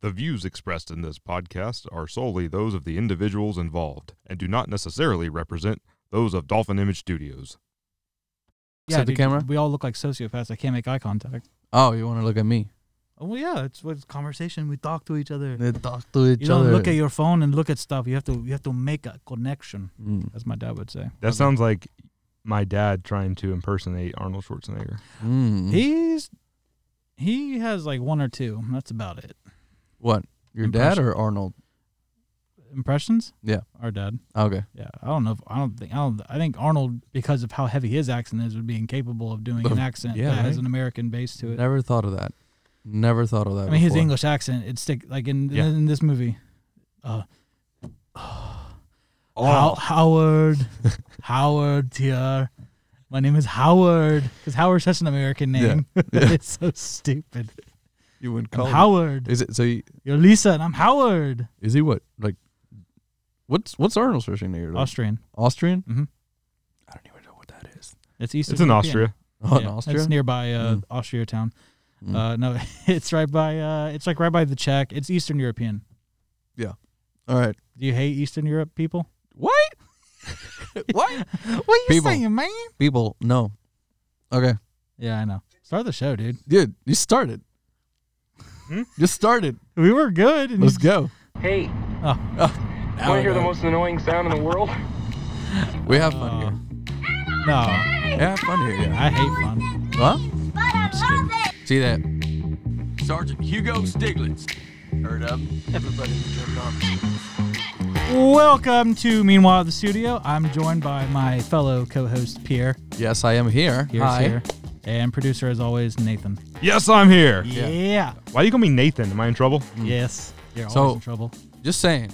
The views expressed in this podcast are solely those of the individuals involved and do not necessarily represent those of Dolphin Image Studios. Set the camera? We all look like sociopaths. I can't make eye contact. Oh, you want to look at me? Oh well, yeah, it's it's conversation. We talk to each other. They talk to each you don't other. look at your phone and look at stuff. You have to you have to make a connection, Mm. as my dad would say. That sounds like my dad trying to impersonate Arnold Schwarzenegger. Mm. He's he has like one or two. That's about it. what? Your dad Impression. or Arnold? Impressions? Yeah. Our dad. Okay. Yeah. I don't know. If, I don't think. I don't. I think Arnold, because of how heavy his accent is, would be incapable of doing an accent Yeah, that has right? an American base to it. Never thought of that. Never thought of that. I mean, his before. English accent. It's stick like in Yeah. in this movie. Uh, Oh. How- Howard, Howard here. My name is Howard because Howard's such an American name. it's so stupid. You would I'm call. How Howard. is it? So you, You're Lisa, and I'm Howard. is he what? Like, what's what's Arnold Schwarzenegger? Like, Austrian. Austrian? Mhm. I don't even know what that is. It's Eastern. It's in European. Austria. Oh, in Yeah, Austria. It's nearby uh, Mm. Austria town. Mm. Uh, no, it's right by. Uh, it's like right by the Czech. It's Eastern European. All right. Do you hate Eastern Europe people? What? what? What are you People. saying, man? People, no. Okay, Yeah, I know. Start the show, dude. dude, you started. Hmm? Just started. We were good. And Let's go. Hey, Now want to I hear the know. most annoying sound in the world? We have fun Uh, here. no, We have fun here. Yeah. I hate fun. Huh? But I love it. See that? Sergeant Hugo Stiglitz. Heard up. Everybody turned off. Welcome to Meanwhile at the Studio. I'm joined by my fellow co-host Pierre. Yes, I am here. Pierre's Hi. here, and producer as always Nathan. Yes, I'm here. Yeah. Why do you call me Nathan? Am I in trouble? Yes. You're always Mm. So- in trouble. Just saying.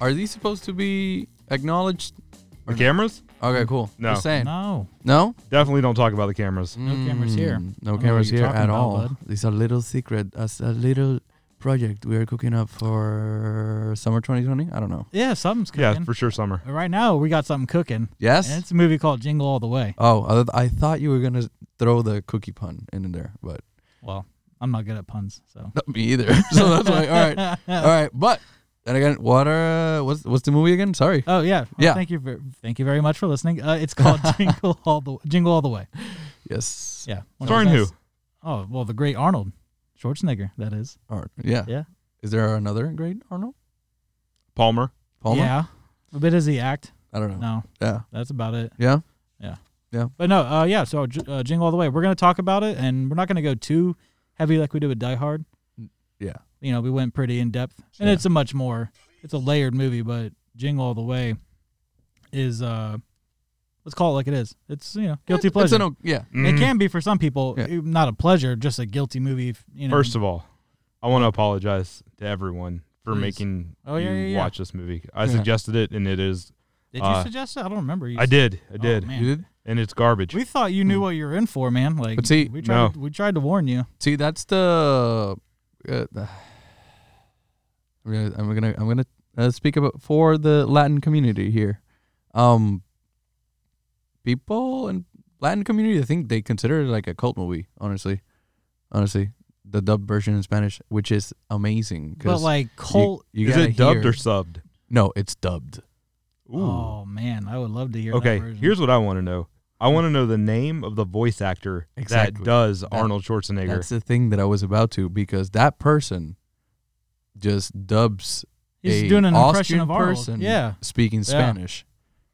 Are these supposed to be acknowledged? Mm. The cameras? Okay, cool. No. Just saying. No. No? Definitely don't talk about the cameras. No cameras Mm, here. I don't know No what cameras you're here talking at about, all. bud. It's a little secret. It's a little project we are cooking up for summer 2020. I don't know. Yeah, something's Yeah, cooking. for sure, summer. Right now we got something cooking. Yes. And it's a movie called Jingle All the Way. Oh, I, th- I thought you were gonna throw the cookie pun in there, but Well, I'm not good at puns, so not me either. so that's why. All right, all right. But then again, what are uh, what's what's the movie again? Sorry. Oh yeah, Well, Yeah. Thank you, ver- thank you very much for listening. Uh, it's called Jingle All the Jingle All the Way. Yes. Yeah. One of Starring the who? best- Oh well, the great Arnold Schwarzenegger. That is. Or, yeah. Yeah. Is there another great Arnold Palmer. Palmer? Yeah. But does he act? I don't know. No, Yeah. that's about it. Yeah. But no, uh, yeah. So J- uh, Jingle All the Way. We're gonna talk about it, and we're not gonna go too heavy like we did with Die Hard. Yeah. You know, we went pretty in depth, and Yeah. it's a much more. It's a layered movie, but Jingle All the Way is uh, let's call it like it is. It's you know guilty It- It's pleasure. an, o- yeah. it Mm. can be for some people Yeah. eh, not a pleasure, just a guilty movie. if, You know, First of all, I want to apologize to everyone for Please. making Oh, yeah, you yeah, yeah. watch this movie. I Yeah. suggested it, and it is. did you uh, suggest it? I don't remember. You I did. I Oh, did. man. You did. and it's garbage. We thought you knew what you were in for, man. Like Mm. But see- we tried to, we tried to warn you. See, that's the. Uh, the- I'm gonna I'm gonna I'm gonna uh, speak about for the Latin community here. Um, people in Latin community, I think they consider it like a cult movie. Honestly, honestly, the dubbed version in Spanish, which is amazing. 'cause But like Colt, you, you is gotta it dubbed hear- or subbed? no? It's dubbed. Ooh. oh man, I would love to hear. that okay, version. here's what I want to know. I want to know the name of the voice actor Exactly. that does Arnold Schwarzenegger. That's the thing that I was about to because that person just dubs he's a doing an Austrian impression of Arnold. person Yeah, speaking Yeah. Spanish,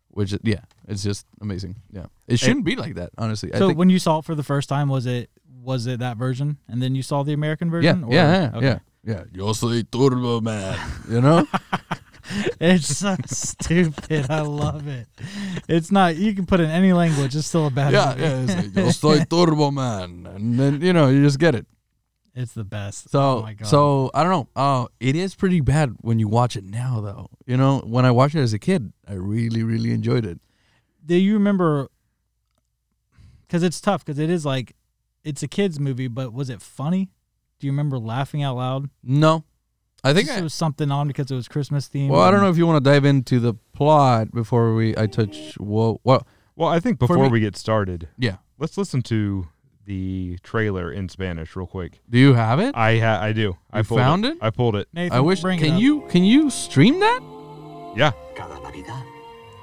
which is- yeah, it's just amazing. Yeah, it shouldn't be like that, honestly. I So think, when you saw it for the first time, was it was it that version, and then you saw the American yeah, version? yeah, yeah, okay. yeah, yeah. Yo soy Turbo Man, you know. It's so stupid. I love it. It's not. You can put it in any language. It's still a bad. yeah, movie. yeah. It's like, Yo soy Turbo Man, and then you know you just get it. It's the best. So oh my God. so I don't know. Oh, it is pretty bad when you watch it now, though. You know, when I watched it as a kid, I really really enjoyed it. do you remember? Because it's tough. Because it is like, it's a kids movie, but was it funny? Do you remember laughing out loud? No, I think Just I, it was something on because it was Christmas themed. well, I don't and- know if you want to dive into the plot before we I touch. Whoa, well, well, I think For before me- we get started, yeah. let's listen to the trailer in Spanish real quick. Do you have it? I ha- I do. I You pulled found it? I pulled it. Nathan, I wish. Bring it Can up. you can you stream that? Yeah. Cada Navidad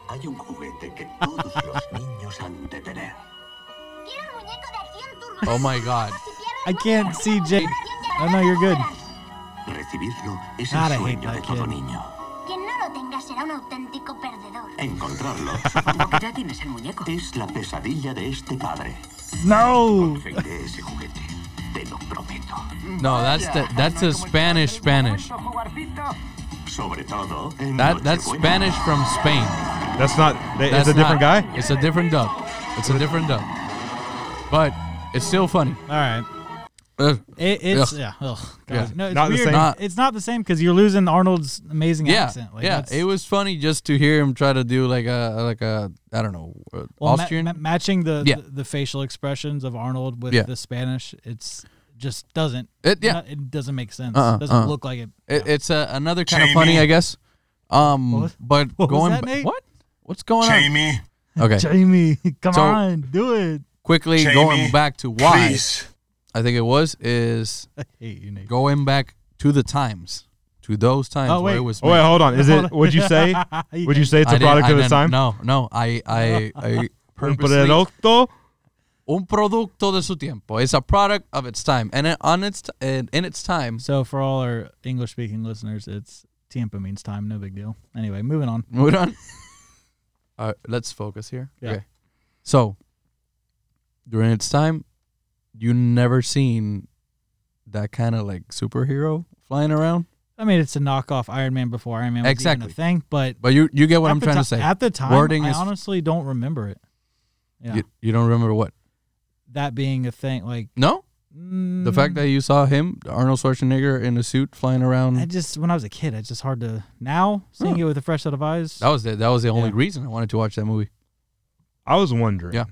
hay un juguete que todos los niños han de tener. Quiero el muñeco de acción turbo. Oh my god. Si pierdes I más, can't te see damos Jake. una ración de I know you're good. Recibirlo es God, I el hate sueño that de todo kid. niño. araña. Quien no lo tenga será un auténtico perdedor. Encontrarlo Supongo que ya tienes el muñeco. es la pesadilla de este padre. No. Conseguiré ese juguete, te lo prometo. No, that's the, that's a Spanish Spanish. Sobre todo en That that's Nochebuena. Spanish from Spain. That's not. That, That's it's a different not- guy. It's a different dub. It's a different dub. But it's still funny. All right. Ugh. It, it's Ugh. yeah. Ugh, God. Yeah. No, it's Not the weird. same. Not- it's not the same because you're losing Arnold's amazing Yeah, accent. Like, yeah. that's- It was funny just to hear him try to do like a like a I don't know uh, well, ma- Austrian. ma- matching the, Yeah. the facial expressions of Arnold with Yeah. the Spanish. It's just doesn't. It- yeah. no- it doesn't make sense. Uh-uh, doesn't uh-uh. look like it. It, it's a, another kind of funny, I guess. Um, was- but what was going that, ba- Nate? what what's going on? Okay, Jamie, come So- on, do it. quickly going back to why I think it was is I hate you, Nate. going back to the times, to those times Oh, where wait. it was. Oh wait, made. hold on. Is Hold it? on. Would you say? Would you say it's I a didn't- product I of its didn't- time? No, no. I I I, Un purposely- producto? un producto de su tiempo. It's a product of its time, and it, on its t- and in its time. So for all our English speaking listeners, it's tiempo means time. No big deal. Anyway, moving on. Moving on. All right, let's focus here. Yeah. Okay. So during its time, you never seen that kind of like superhero flying around. I mean, it's a knockoff Iron Man before Iron Man was Exactly. even a thing, but But you you get what at I'm the trying ti- to say. At the time, Wording I is- honestly don't remember it. Yeah, You, you don't remember what? that being a thing. Like No, the fact mm, that you saw him, Arnold Schwarzenegger, in a suit flying around. I just when I was a kid, it's just hard to now seeing it with a fresh set of eyes. that was the, that was the only Yeah. reason I wanted to watch that movie. I was wondering. Yeah.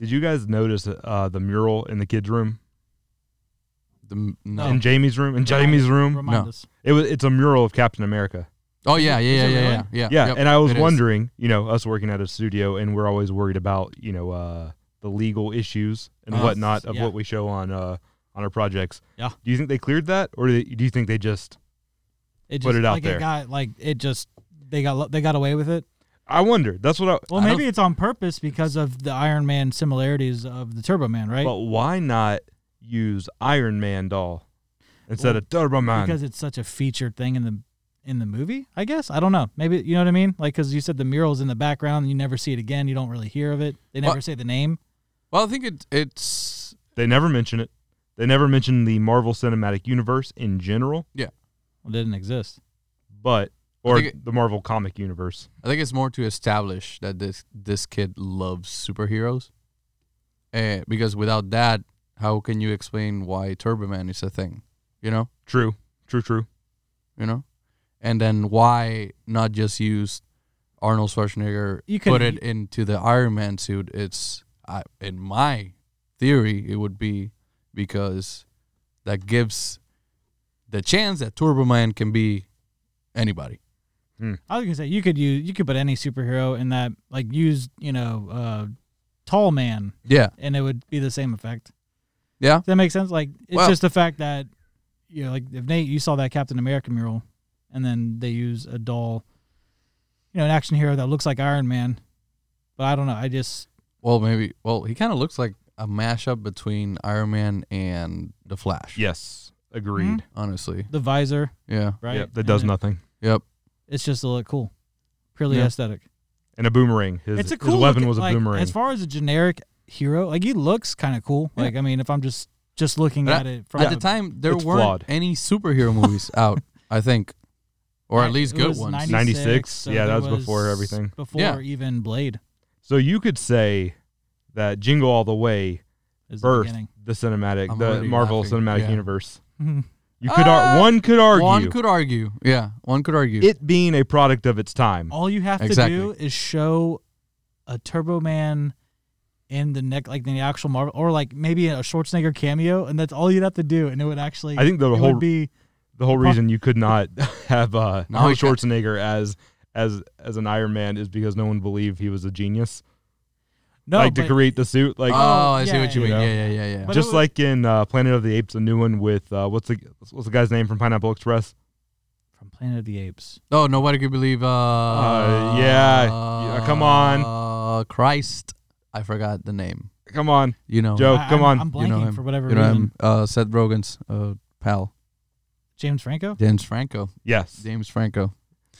Did you guys notice uh, the mural in the kids' room, The, m- no. in Jamie's room, in Remind Jamie's us- room? remind No. us. It was. It's a mural of Captain America. Oh yeah, Is yeah, yeah, it yeah, really? yeah, yeah. Yeah, Yep, and I was it is. wondering, you know, us working at a studio, and we're always worried about, you know, uh, the legal issues and Uh, whatnot of yeah. what we show on uh, on our projects. Yeah. Do you think they cleared that, or do, they, do you think they just? It just Put it out like there. It got, like it just they got they got away with it. I wonder. That's what I. Well, I don't- maybe it's on purpose because of the Iron Man similarities of the Turbo Man, right? But why not use Iron Man doll instead Well, of Turbo Man? because it's such a featured thing in the in the movie. I guess I don't know. Maybe you know what I mean. Like because you said the mural's in the background, and you never see it again. You don't really hear of it. They never Well- say the name. Well, I think it it's They never mention it. They never mention the Marvel Cinematic Universe in general, It didn't exist. but or think the Marvel Comic Universe. I think it's more to establish that this this kid loves superheroes. Eh, because without that, how can you explain why Turbo Man is a thing? You know, True, true, true. you know, and then why not just use Arnold Schwarzenegger? You could- put it into the Iron Man suit. It's I, in my theory, it would be because that gives the chance that Turbo Man can be anybody. I was gonna say you could use you could put any superhero in that like use you know uh, tall man Yeah, and it would be the same effect. yeah. Does that make sense? Like it's Well- just the fact that you know, like if Nate you saw that Captain America mural and then they use a doll, you know, an action hero that looks like Iron Man. But I don't know. I just Well, maybe. Well, he kind of looks like a mashup between Iron Man and the Flash. Yes, agreed. honestly. the visor, Yeah. Right. Mm-hmm. right? that does And it- nothing. Yep. It's just to look cool, purely Yeah. aesthetic. And a boomerang. His, it's a his cool weapon looking- was a like, boomerang. As far as a generic hero, like he looks kind of cool. Like I mean, if I'm just just looking But at it from At the a- time, there It's weren't flawed. any superhero movies out. I think, or at Right, least it good was ones. 96, so yeah, that there was before everything. Before Yeah. even Blade so you could say that Jingle All the Way is the birthed beginning. Mm-hmm. the cinematic, I'm the already Marvel laughing, Cinematic yeah. Universe. You could Uh, ar- one could argue One could argue. Yeah, one could argue. it being a product of its time. All you have Exactly. to do is show a Turbo Man in the neck, like the actual Marvel, or like maybe a Schwarzenegger cameo, and that's all you'd have to do, and it would actually. I think the it whole- would be The whole reason you could not have uh, No, Arnold okay. Schwarzenegger as as as an Iron Man is because no one believed he was a genius. No, like to but- create the suit. Like oh, I see yeah, what you you mean. know. Yeah, yeah, yeah, yeah. But- it just was- like in uh, Planet of the Apes, a new one with uh, what's the what's the guy's name from Pineapple Express? from Planet of the Apes. oh, nobody could believe. Uh, yeah. Yeah, come on. Uh, Christ, I forgot the name. Come on, You know, Joe. I- come on. I'm- I'm blanking You know him. for whatever you know reason. him, uh, Seth Rogen's uh, pal, James Franco. James Franco. yes, James Franco.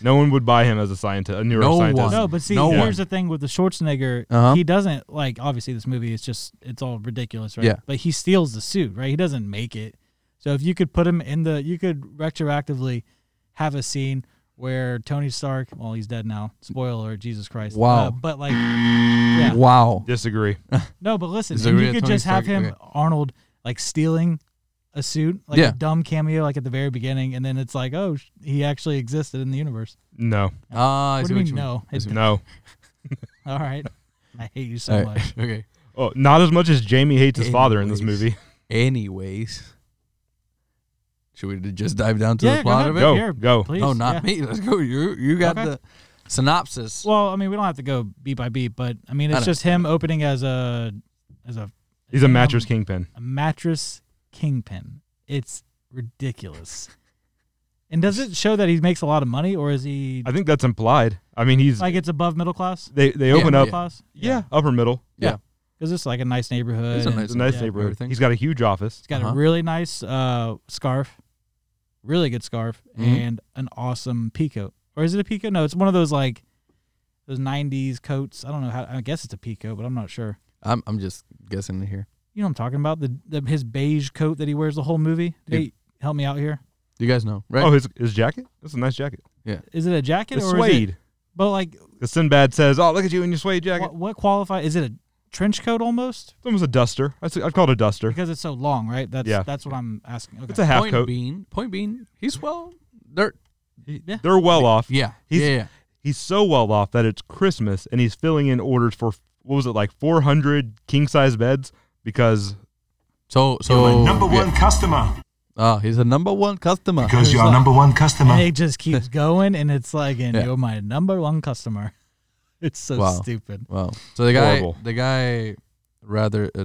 no one would buy him as a scientist, a neuroscientist. one. No, but see, No here's the thing with the Schwarzenegger. Uh-huh. He doesn't like. Obviously, this movie is just it's all ridiculous, right? Yeah. But he steals the suit, right? He doesn't make it. So if you could put him in the, you could retroactively have a scene where Tony Stark, well, he's dead now. Spoiler, Jesus Christ. Wow. Uh, but like, yeah. Wow. Disagree. No, but listen, Is and there you really a could Tony just have Stark? him Okay. Arnold like stealing a suit, like Yeah. a dumb cameo, like at the very beginning, and then it's like, oh, sh- he actually existed in the universe. No, Ah, I What see do you what mean, you mean. no? I see what no. All right, I hate you so All right. much. okay. Oh, not as much as Jamie hates his father in this Anyways. movie. Anyways, should we just dive down to Yeah, the go plot ahead. of it? Go, Here, go. Please. No, Oh, not yeah. me. Let's go. You you got Okay. the synopsis. Well, I mean, we don't have to go beat by beat, but I mean, I it's know. just him opening as a as a He's a mattress kingpin. a mattress kingpin. It's ridiculous. and does it show that he makes a lot of money, or is he I think that's implied. I mean, he's like it's above middle class? they they Yeah, open up. yeah. Class? Yeah. upper middle. Yeah. because it's like a nice neighborhood. It's a and nice It's a nice Yeah. neighborhood. Everything. He's got a huge office. He's got Uh-huh. a really nice uh, scarf, really good scarf, Mm-hmm. Mhm. and an awesome peacoat. Or is it a peacoat? No, it's one of those like those '90s coats. I don't know how. I guess it's a peacoat, but I'm not sure. I'm I'm just guessing here. You know what I'm talking about? The, the his beige coat that he wears the whole movie. Yeah. Hey, help me out here. You guys know, right? Oh, his his jacket. That's a nice jacket. Is it a jacket It's or Is it, suede. but like, Because Sinbad says, "Oh, look at you in your suede jacket." what, what qualify? Is it a trench coat almost? It's almost a duster. I'd, say- I'd call it a duster. Because it's so long, right? That's Yeah. that's what I'm asking. Okay. It's a half Point coat. Bean. Point Bean. He's well. Dirt. yeah. They're well off. Yeah. He's- yeah. Yeah. He's so well off that it's Christmas and he's filling in orders for what was it like 400 king size beds because So You're so. Oh, my number one customer Ah, he's a number one customer. because you're like- our number one and customer. it just keeps going, and it's like, and Yeah. you're my number one customer. It's so Wow. stupid. Wow. So the guy Horrible. the guy rather uh,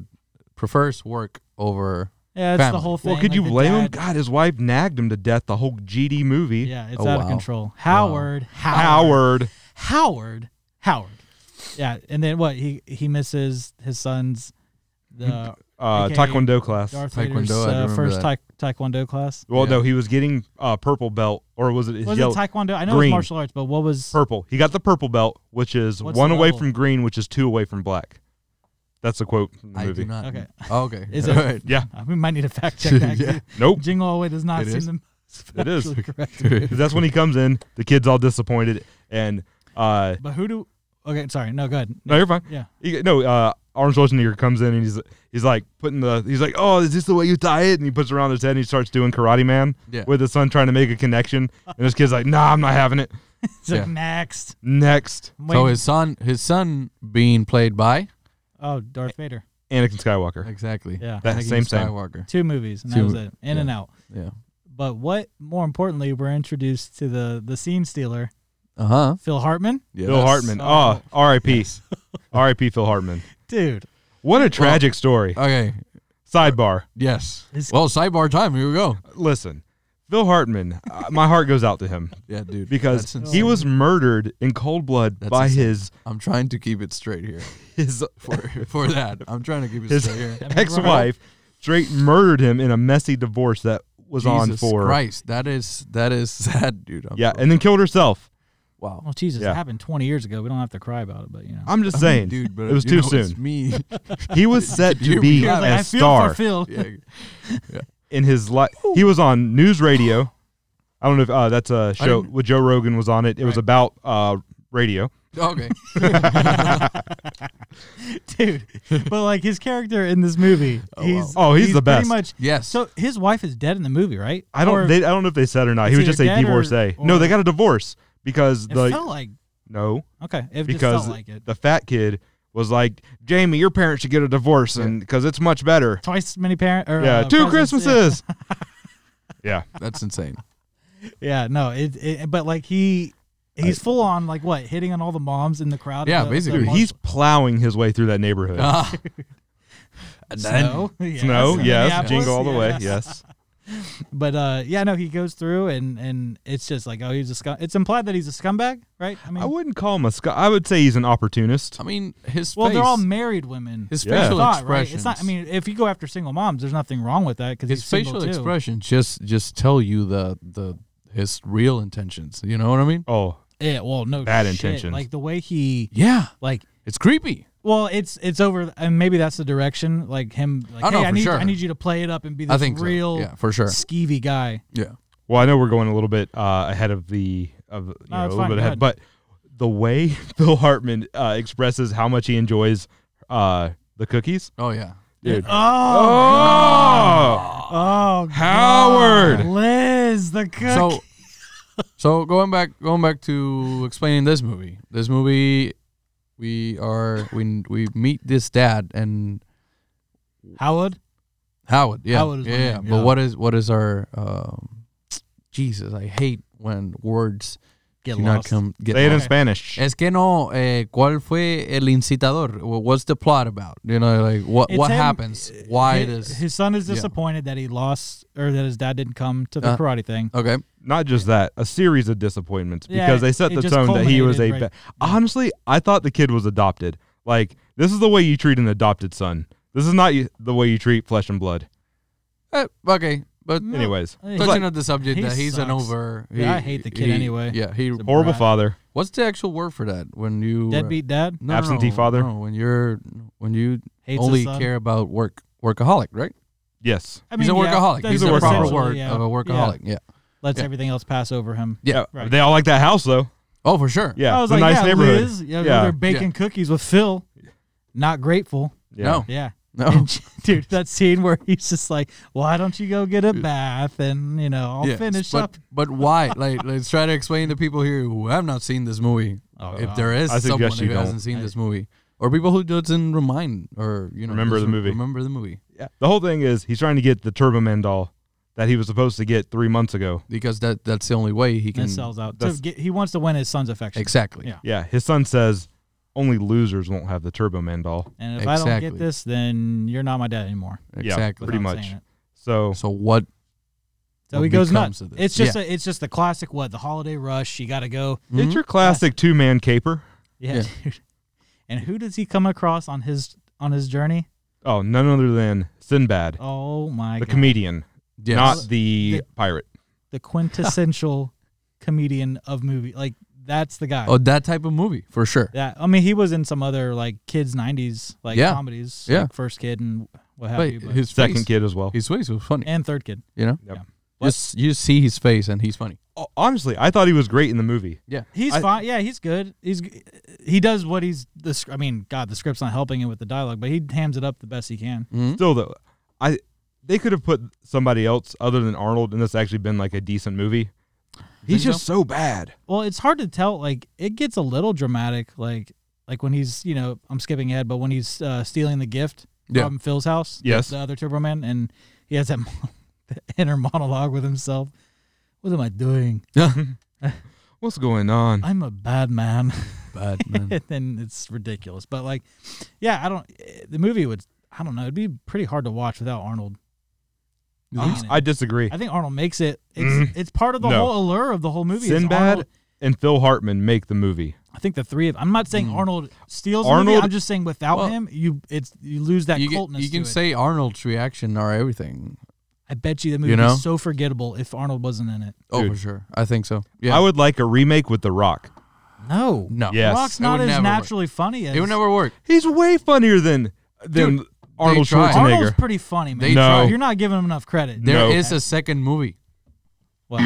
prefers work over Yeah, it's Family. the whole thing. well could like you the blame him? dad- God, his wife nagged him to death the whole GD movie. Yeah, it's Oh, out of wow. control. Howard, Howard, Howard. Howard, Howard. Yeah, and then what? He he misses his son's the Uh, AKA taekwondo class. Darth Taekwondo, Vader's I uh, remember first that. tae- Taekwondo class. Well, Yeah. no, he was getting uh, purple belt or was it his Was yellow? it Taekwondo? I know green. it's martial arts, but what was? purple. He got the purple belt, which is What's one the away level? from green, which is two away from black. That's the quote from the I movie. do not. Okay. Oh, okay. Is All it- right. Yeah, Uh, we might need to fact check that. Yeah. 'cause nope. Jingle All the way does not It seem is? the most It is. factually correct. 'Cause that's when he comes in. The kid's all disappointed, and uh, But who do? Okay, sorry. No, go ahead. no, you're fine. Yeah. He, no, uh, Arnold Schwarzenegger comes in and he's he's like putting the he's like, oh, is this the way you tie it? And he puts it around his head and he starts doing Karate Man Yeah. with his son trying to make a connection. And his kid's like, nah, I'm not having it. It's Yeah. like, next. Next, I'm So waiting- his son his son being played by oh, Darth Vader. Anakin Skywalker. exactly. Yeah. That Anakin same same. Skywalker. Two movies, and Two- that was it. In yeah. and out. Yeah. But what more importantly, we're introduced to the the scene stealer, Uh huh. Phil Hartman. Phil Hartman. Oh, Oh. R.I.P. R.I.P. Phil Hartman. Dude, What a tragic story. Okay. Sidebar. Yes. His- Well, sidebar time. Here we go. Listen, Phil Hartman. uh, my heart goes out to him Yeah, dude. because That's insane. he was murdered in cold blood That's by insane. his I'm trying to keep it straight here. his For for that, I'm trying to keep it his straight here. ex-wife straight murdered him in a messy divorce that was on Jesus for Christ, that is that is sad, dude. I'm yeah sorry. and then killed herself wow. well, Jesus, Yeah. it happened 20 years ago. We don't have to cry about it, but you know. i'm just saying dude, but it was you too know, it's soon me. he was set to Here be we a go. I was like, I feel star for Phil. yeah. in his life he was on news radio i don't know if uh, that's a show didn't- with joe rogan was on it it was Right. about uh, radio Okay. Dude, but like his character in this movie, Oh, he's wow. Oh, he's the best. Pretty much. Yes. So his wife is dead in the movie, right? i don't Or they, i don't know if they said or not he It's was just either a dead or- divorcee no or- they got a divorce because it the felt like no okay. It just because felt like it. the fat kid was like jamie your parents should get a divorce and because it's much better Twice as many parents. Or, yeah uh, two presents, yeah. christmases yeah. That's insane. Yeah, no, it, it but like he He's full on like what hitting on all the moms in the crowd. Yeah, of the- the basically. Dude, marshal- he's plowing his way through that neighborhood. Ah. And then- snow. yes, Snow, yes, Minneapolis, jingle all the way, yes. yes. But uh, yeah, no, he goes through and and it's just like oh, he's a scum. It's implied that he's a scumbag, right? I mean, I wouldn't call him a scu- I would say he's an opportunist. I mean, his well, face. they're all married women. his Yeah. facial thought, right? expressions. It's not. I mean, if you go after single moms, there's nothing wrong with that because his he's single facial too. expressions just just tell you the the his real intentions. You know what I mean? Oh, Yeah, well, no Bad shit. intentions. Like the way he Yeah, like. it's creepy. Well, it's it's over, and maybe that's the direction. Like him, like, Oh, no, hey, I for need sure. I need you to play it up and be I this think so. real, Yeah, for sure. skeevy guy. Yeah, well, I know we're going a little bit uh, ahead of the of you No, know, a it's little fine, bit go ahead, ahead. but the way Phil Hartman uh, expresses how much he enjoys uh, the cookies, Oh yeah. dude. Oh, Oh, oh, Howard! Liz, the cook. So, so going back going back to explaining this movie. This movie, we are we we meet this dad and Howard, Howard. Yeah, Howard is my yeah, yeah. name, But yeah. what is what is our um, Jesus? I hate when words get do not lost. come get say it in lost. Spanish. Es que no, eh, ¿cuál fue el incitador? Wha- What's the plot about? You know, like what It's what him- happens? Why his, does his son is yeah. disappointed that he lost or that his dad didn't come to the Uh, karate thing? okay? Not just that, a series of disappointments Yeah, because they set it the just tone that he was a. culminated, right. ba- Honestly, I thought the kid was adopted. Like this is the way you treat an adopted son. This is not y- the way you treat flesh and blood. Eh, okay, but Anyways, Hey, It's like, touching on the subject Mm. he that he's an sucks. over. Yeah, I hate the kid he- anyway. Yeah, he. It's a horrible Right. father. What's the actual word for that when you uh, Deadbeat dad No, no, Absentee no, father? No, when you're when you hates only his son. care about work workaholic, right? Yes. I he's a mean, yeah, workaholic. that's he's a a proper workaholic. word Yeah. of a workaholic. Yeah. Lets Yeah. everything else pass over him. Yeah. Right. They all like that house though. Oh, for sure. Yeah. I was it's like, a nice yeah, neighborhood. Liz, yeah, Yeah. they're baking Yeah. cookies with Phil. Not grateful. Yeah. No. Yeah. No. And, dude, that scene where he's just like, why don't you go get a bath and, you know, I'll Yeah, finish but, up. But why? Like, let's try to explain to people here who have not seen this movie. Oh, if wow. there is I suggest someone you who don't. hasn't seen this movie, or people who doesn't remind or you know Remember the doesn't movie. remember the movie Yeah. The whole thing is he's trying to get the Turbo Man doll that he was supposed to get three months ago. because that that's the only way he can This sells out. So that's- get, he wants to win his son's affection. exactly. Yeah. Yeah. His son says only losers won't have the Turbo Man doll. And if I don't Exactly. get this, then you're not my dad anymore. Yeah, exactly. Pretty without much. saying it. So So what? So what he goes becomes nuts. of this? It's just Yeah. a, it's just the classic what the holiday rush. You got to go. it's your classic two man caper. Yeah, Yeah. dude. And who does he come across on his on his journey? Oh, none other than Sinbad, Oh my the god, comedian, Yes. not the, The- pirate. the quintessential comedian of movie. Like that's the guy. oh that type of movie for sure. Yeah, I mean, he was in some other like kids '90s like Yeah. comedies, Yeah. like First Kid and what have But you, but, his Second face, kid as well. his face was funny. and Third Kid. You know, Yep. Yeah. just you see his face and he's funny. Oh, Honestly, I thought he was great in the movie. Yeah, He's I- fine. Yeah, he's good. He's g- he does what he's the. sc- I mean, God, the script's not helping him with the dialogue, but he hams it up the best he can. Hmm? Still though, I they could have put somebody else other than Arnold and this actually been like a decent movie. He's Think just so bad. Well, it's hard to tell. Like it gets a little dramatic. Like like when he's you know I'm skipping ahead, but when he's uh, stealing the gift Yeah. from Phil's house, the- Yes. the, other Turbo Man, and he has that mon- inner monologue with himself. What am I doing? What's going on? I'm a bad man. bad man. and then it's ridiculous. But like, yeah, I don't. eh, The movie would. I don't know. It'd be pretty hard to watch without Arnold. You being think in I it. disagree. I think Arnold makes it. It's Mm. it's part of the No. whole allure of the whole movie. is Sinbad Arnold- and Phil Hartman make the movie. I think the three of. I'm not saying Arnold steals. the Arnold- movie. I'm just saying without Hmm. Well- him, you it's you lose that you, cultness. can, you to can it. say Arnold's reaction are everything. I bet you the movie you know? is so forgettable if Arnold wasn't in it. Oh, Dude. for sure. I think so. Yeah. I would like a remake with The Rock. No, no. Yes. Rock's It would not as never work. naturally funny as It would never work. He's way funnier than than Dude, Arnold they tried. Schwarzenegger. Arnold's pretty funny, man. They No. tried. you're not giving him enough credit. No. There is a second movie. What?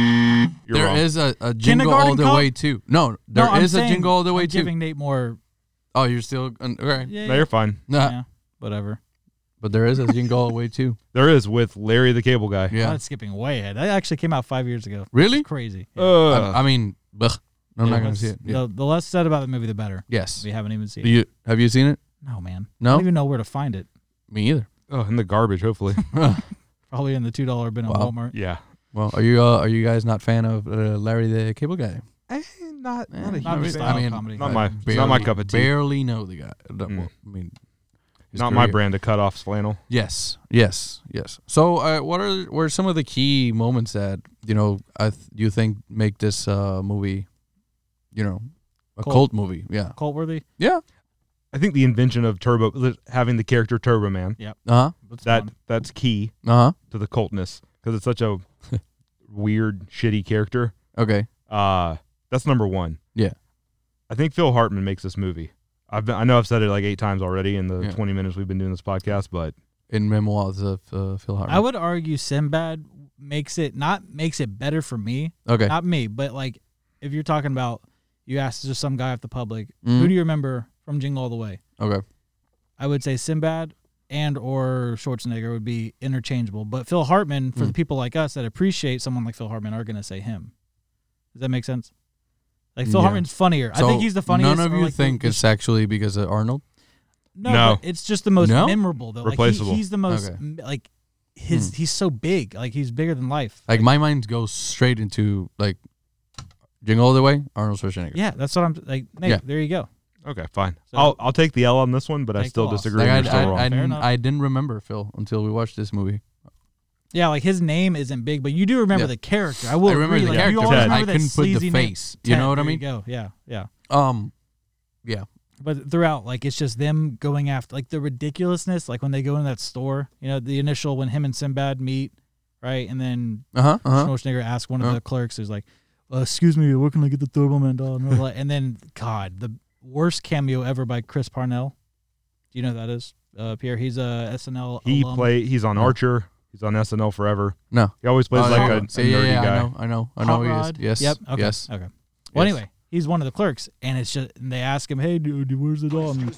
You're There wrong. is a, a jingle Kindergarten all the Cop? way too. No, No, there is I'm a saying jingle all the way I'm too. Giving Nate more. Oh, you're still un- okay. Yeah, no, you're fine. Nah, yeah, whatever. but there is a jingle all the way too. There is with Larry the Cable Guy. Yeah. That's skipping way ahead. That actually came out five years ago. Really? Crazy. Yeah. Ugh. I, I mean, blech. Uh, I'm Yeah, not gonna that's- see it. Yeah. The, the less said about the movie, the better. Yes. We haven't even seen Do you have you seen it? it. No, man. No? I don't even know where to find it. Me either. oh, in the garbage, hopefully. Probably in the two dollar bin at Wow. Walmart. yeah. Well, are you uh, are you guys not fan of uh, Larry the Cable Guy? Eh, Not, not a Eh, huge Not I his fan. style mean, comedy. not my- I it's not my cup of tea. Barely know the guy. The- Mm. well, I mean, his Not my career. brand of cutoffs flannel. Yes, yes, yes. So, uh, what are were some of the key moments that you know I th- you think make this uh, movie, you know, a Cult. cult, movie? Yeah, Colt Worthy. yeah. I think the invention of Turbo, li- having the character Turbo Man, Uh huh. that that's key Uh to the cultness because it's such a weird, shitty character. huh. Okay. Uh, that's number one. Yeah. I think Phil Hartman makes this movie. I've been, I know I've said it like eight times already in the Yeah. 20 minutes we've been doing this podcast, but In memoirs of uh, Phil Hartman. I would argue Sinbad makes it not makes it better for me, okay. not me, but like if you're talking about you asked just some guy off the public, Mm. who do you remember from Jingle All the Way? okay. I would say Sinbad and or Schwarzenegger would be interchangeable, but Phil Hartman for the Mm. people like us that appreciate someone like Phil Hartman are going to say him. Does that make sense? Like Phil Yeah. Hartman's funnier. I think So he's the funniest. None of or, you like, the- think the it's actually because of Arnold. No, No. but it's just the most No? memorable though. Like Replaceable. he, he's the most Okay. Hmm. m like his he's so big. Like he's bigger than life. Like my mind goes straight into like Jingle All the Way, Arnold Schwarzenegger. yeah, that's what I'm like. Nate, Yeah. there you go. okay, fine. So- I'll, I'll take the L on this one, but I Take still the loss. disagree. Like and I, you're still I, wrong. I, Fair didn't, enough. I didn't remember Phil until we watched this movie. Yeah, like his name isn't big, but you do remember Yeah. the character. I will I remember agree, the like, character, You but always Ted. I remember that couldn't put the sleazy name. face. You Ted, know what I there mean? go. Yeah, yeah. Um, yeah. But throughout, like it's just them going after like the ridiculousness, like when they go in that store. You know, the initial when him and Sinbad meet, right, and then Uh huh. Uh huh. Schwarzenegger asked one of Huh? the clerks, who's like, uh, "Excuse me, where can I get the Doberman dog?" And, all that. and then, God, the worst cameo ever by Chris Parnell. Do you know who that is uh, Pierre? He's a SNL. he alum. play. He's on Archer. He's on SNL forever. No. He always plays Oh, like yeah. a, a See, yeah, nerdy yeah, guy. I know, I know, I Hot know. He Rod. is. Yes. Yep. Okay. Yes. Okay. Well, Yes. anyway, he's one of the clerks, and it's just and they ask him, "Hey, dude, dude, where's the dog?" And,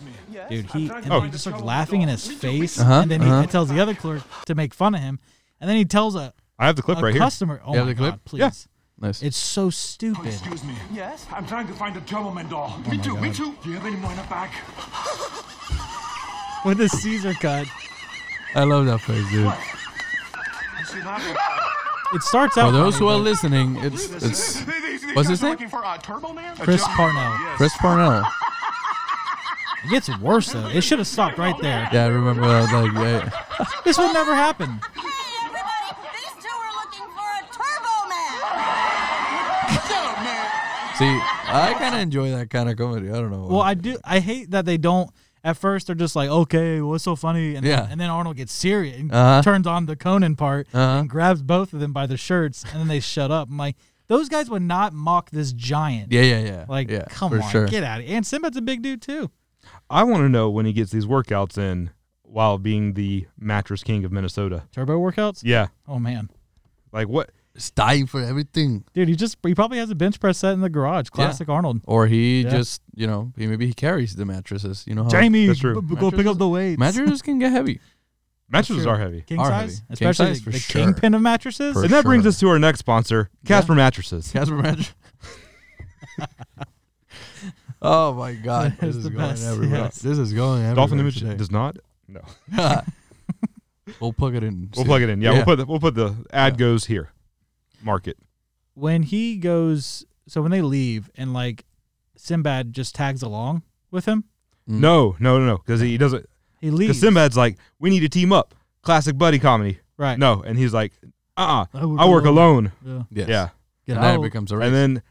Dude, he and Oh. he just starts laughing in his face, Uh-huh, and then he uh-huh. tells the other clerk to make fun of him, and then he tells a, I have the clip a right here. customer, "Oh You have my the clip? god, please." Yeah. Nice. It's so stupid. Excuse me. Yes? I'm trying to find a Doberman doll. Oh me too, me too. Do you have any more in the back? With a Caesar cut, I love that face, dude. it starts out. For those funny, who are but- listening, it's it's what's his name? for uh, Turbo Man? Chris Parnell. Chris Parnell. It gets worse though. It should have stopped right there. Yeah, I remember that. Like, yeah, This would never happen. Hey, everybody! These two are looking for a Turbo Man! yeah. see, I kind of enjoy that kind of comedy. I don't know. Well, I do. I hate that they don't. At first, they're just like, "Okay, what's so funny?" And Yeah. then, and then Arnold gets serious and Uh-huh. turns on the Conan part Uh-huh. and grabs both of them by the shirts, and then they shut up. I'm like, those guys would not mock this giant. yeah, yeah, yeah. Like, yeah, come for on, sure. get out of here. And Sinbad's a big dude too. I want to know when he gets these workouts in while being the mattress king of Minnesota. Turbo workouts. Yeah. Oh man, Like what? Just die for everything. dude, he just he probably has a bench press set in the garage. Classic Arnold. Or he Yeah. just, you know, he maybe he carries the mattresses. You know, how Jamie, that's true. b- b- go pick up the weights. mattresses can get heavy. Mattresses true. are heavy. King Are size, heavy. King especially size the, for the sure. kingpin of mattresses. For and that brings sure. us to our next sponsor, Casper Mattresses. Casper mattress. oh my god, That is this is the going best, everywhere. yes. This is going everywhere. Dolphin Image today. does not. No. we'll plug it in. We'll plug it in. Yeah, Yeah. we'll put the, we'll put the ad goes here. Market. when he goes so when they leave and like Sinbad just tags along with him, Mm. No, no, no, no, because he doesn't. he Because leaves. Sinbad's like, we need to team up. Classic buddy comedy. right. No, and he's like, uh, uh I work I work alone. Yeah. Yes. Yeah, Get And then out. it becomes a race. and then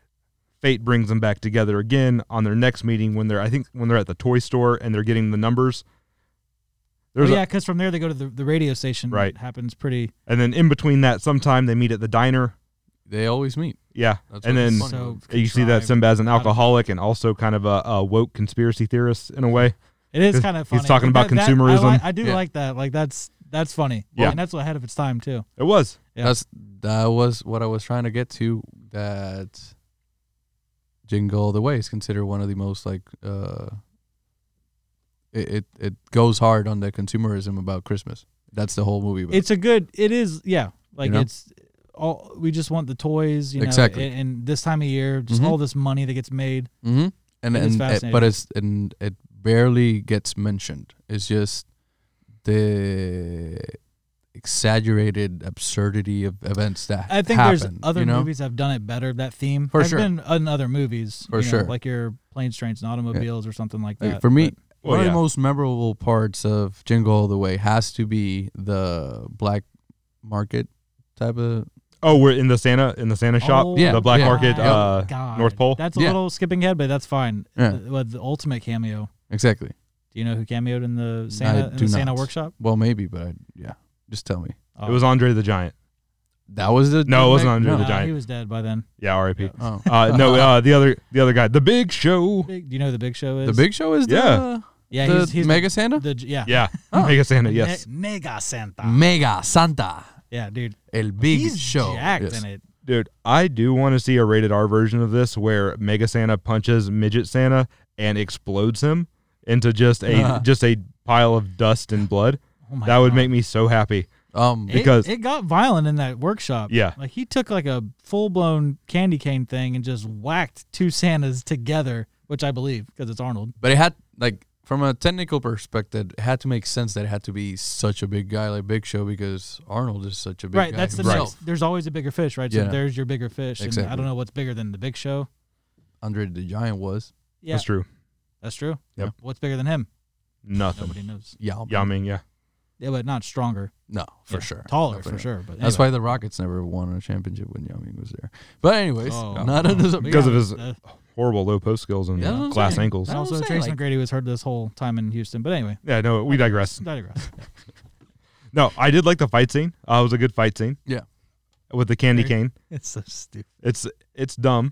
fate brings them back together again on their next meeting when they're I think when they're at the toy store and they're getting the numbers. Oh, There's a- yeah, because from there they go to the, the radio station. Right. It happens pretty. and then in between that, sometime they meet at the diner. they always meet. Yeah, That's and what it's then funny. So you see that contrived. Sinbad's an Out of- alcoholic and also kind of a, a woke conspiracy theorist in a way. It is kind of He's funny. talking Like, about that- that- consumerism. I, like- I do Yeah. like that. Like that's that's funny. Yeah. and that's what ahead of its time too. It was Yeah. That's that was what I was trying to get to. That Jingle All the Way is considered one of the most like uh it, it it goes hard on the consumerism about Christmas. That's the whole movie about. It's a good. It is. Yeah. Like know? it's all we just want the toys. You know, Exactly. And, and this time of year, just Mhm. Mm-hmm. all this money that gets made. Mm-hmm. And It is and it, but fascinating. it's and it barely gets mentioned. It's just the exaggerated absurdity of events that I think happen, there's other you know? movies that have done it better. That theme For I've sure. been in other movies For you know, sure. like your planes, trains, and automobiles or something like Like, that. for me, Well, one of yeah. the most memorable parts of Jingle All the Way has to be the black market type of. Oh, we're in the Santa in the Santa shop, Oh Yeah, the black yeah. market, my uh, God. North Pole. That's a Yeah. little skipping ahead, but that's fine. Yeah. Uh, With the ultimate cameo. Exactly. Do you know who cameoed in the Santa in do the Santa not. workshop? Oh. Well, maybe, but I, yeah. Just tell me. It was Andre the Giant. That was the. No, it wasn't Andre Uh, the Giant. He was dead by then. yeah, R.I.P. Oh. Uh, no, uh, the other the other guy, the Big Show. Big, do you know who the Big Show is? The Big Show is Yeah. yeah, the, he's, the he's Mega Santa? The, yeah, Yeah, Mega Santa. Yes, Me- Mega Santa. Mega Santa. yeah, dude, Mm. El Big he's Show. jacked Yes. in it. dude, I do want to see a rated R version of this where Mega Santa punches Midget Santa and explodes him into just a just a pile of dust and blood. Uh-huh. Oh my that would God. make me so happy. Um, It- because- it, got violent in that workshop. Yeah. like he took like a full blown candy cane thing and just whacked two Santas together, which I believe because it's Arnold. but it had like from a technical perspective, it had to make sense that it had to be such a big guy like Big Show because Arnold is such a big right, guy that's the himself. next. There's always a bigger fish, right? So Yeah. there's your bigger fish. And I Exactly. don't know what's bigger than the Big Show. Andre the Giant was Yeah, That's true. that's true. Yep. What's bigger than him? Nothing. Nobody knows. Yao. Ming. Yeah, I mean, yeah. Yeah, but not stronger. No, for Yeah, sure. Taller No, for sure. But That's anyway. why the Rockets never won a championship when Yao Ming was there. But anyways, Oh. not another Because of his Uh, horrible low post skills and Yeah, that's what I'm glass saying. ankles. I And don't also, say, Trace like- McGrady was hurt this whole time in Houston. But anyway, Yeah, no, we digress. I digress. No, I did like the fight scene. Uh, it was a good fight scene. Yeah. With the candy Very- cane. it's so stupid. It's it's dumb.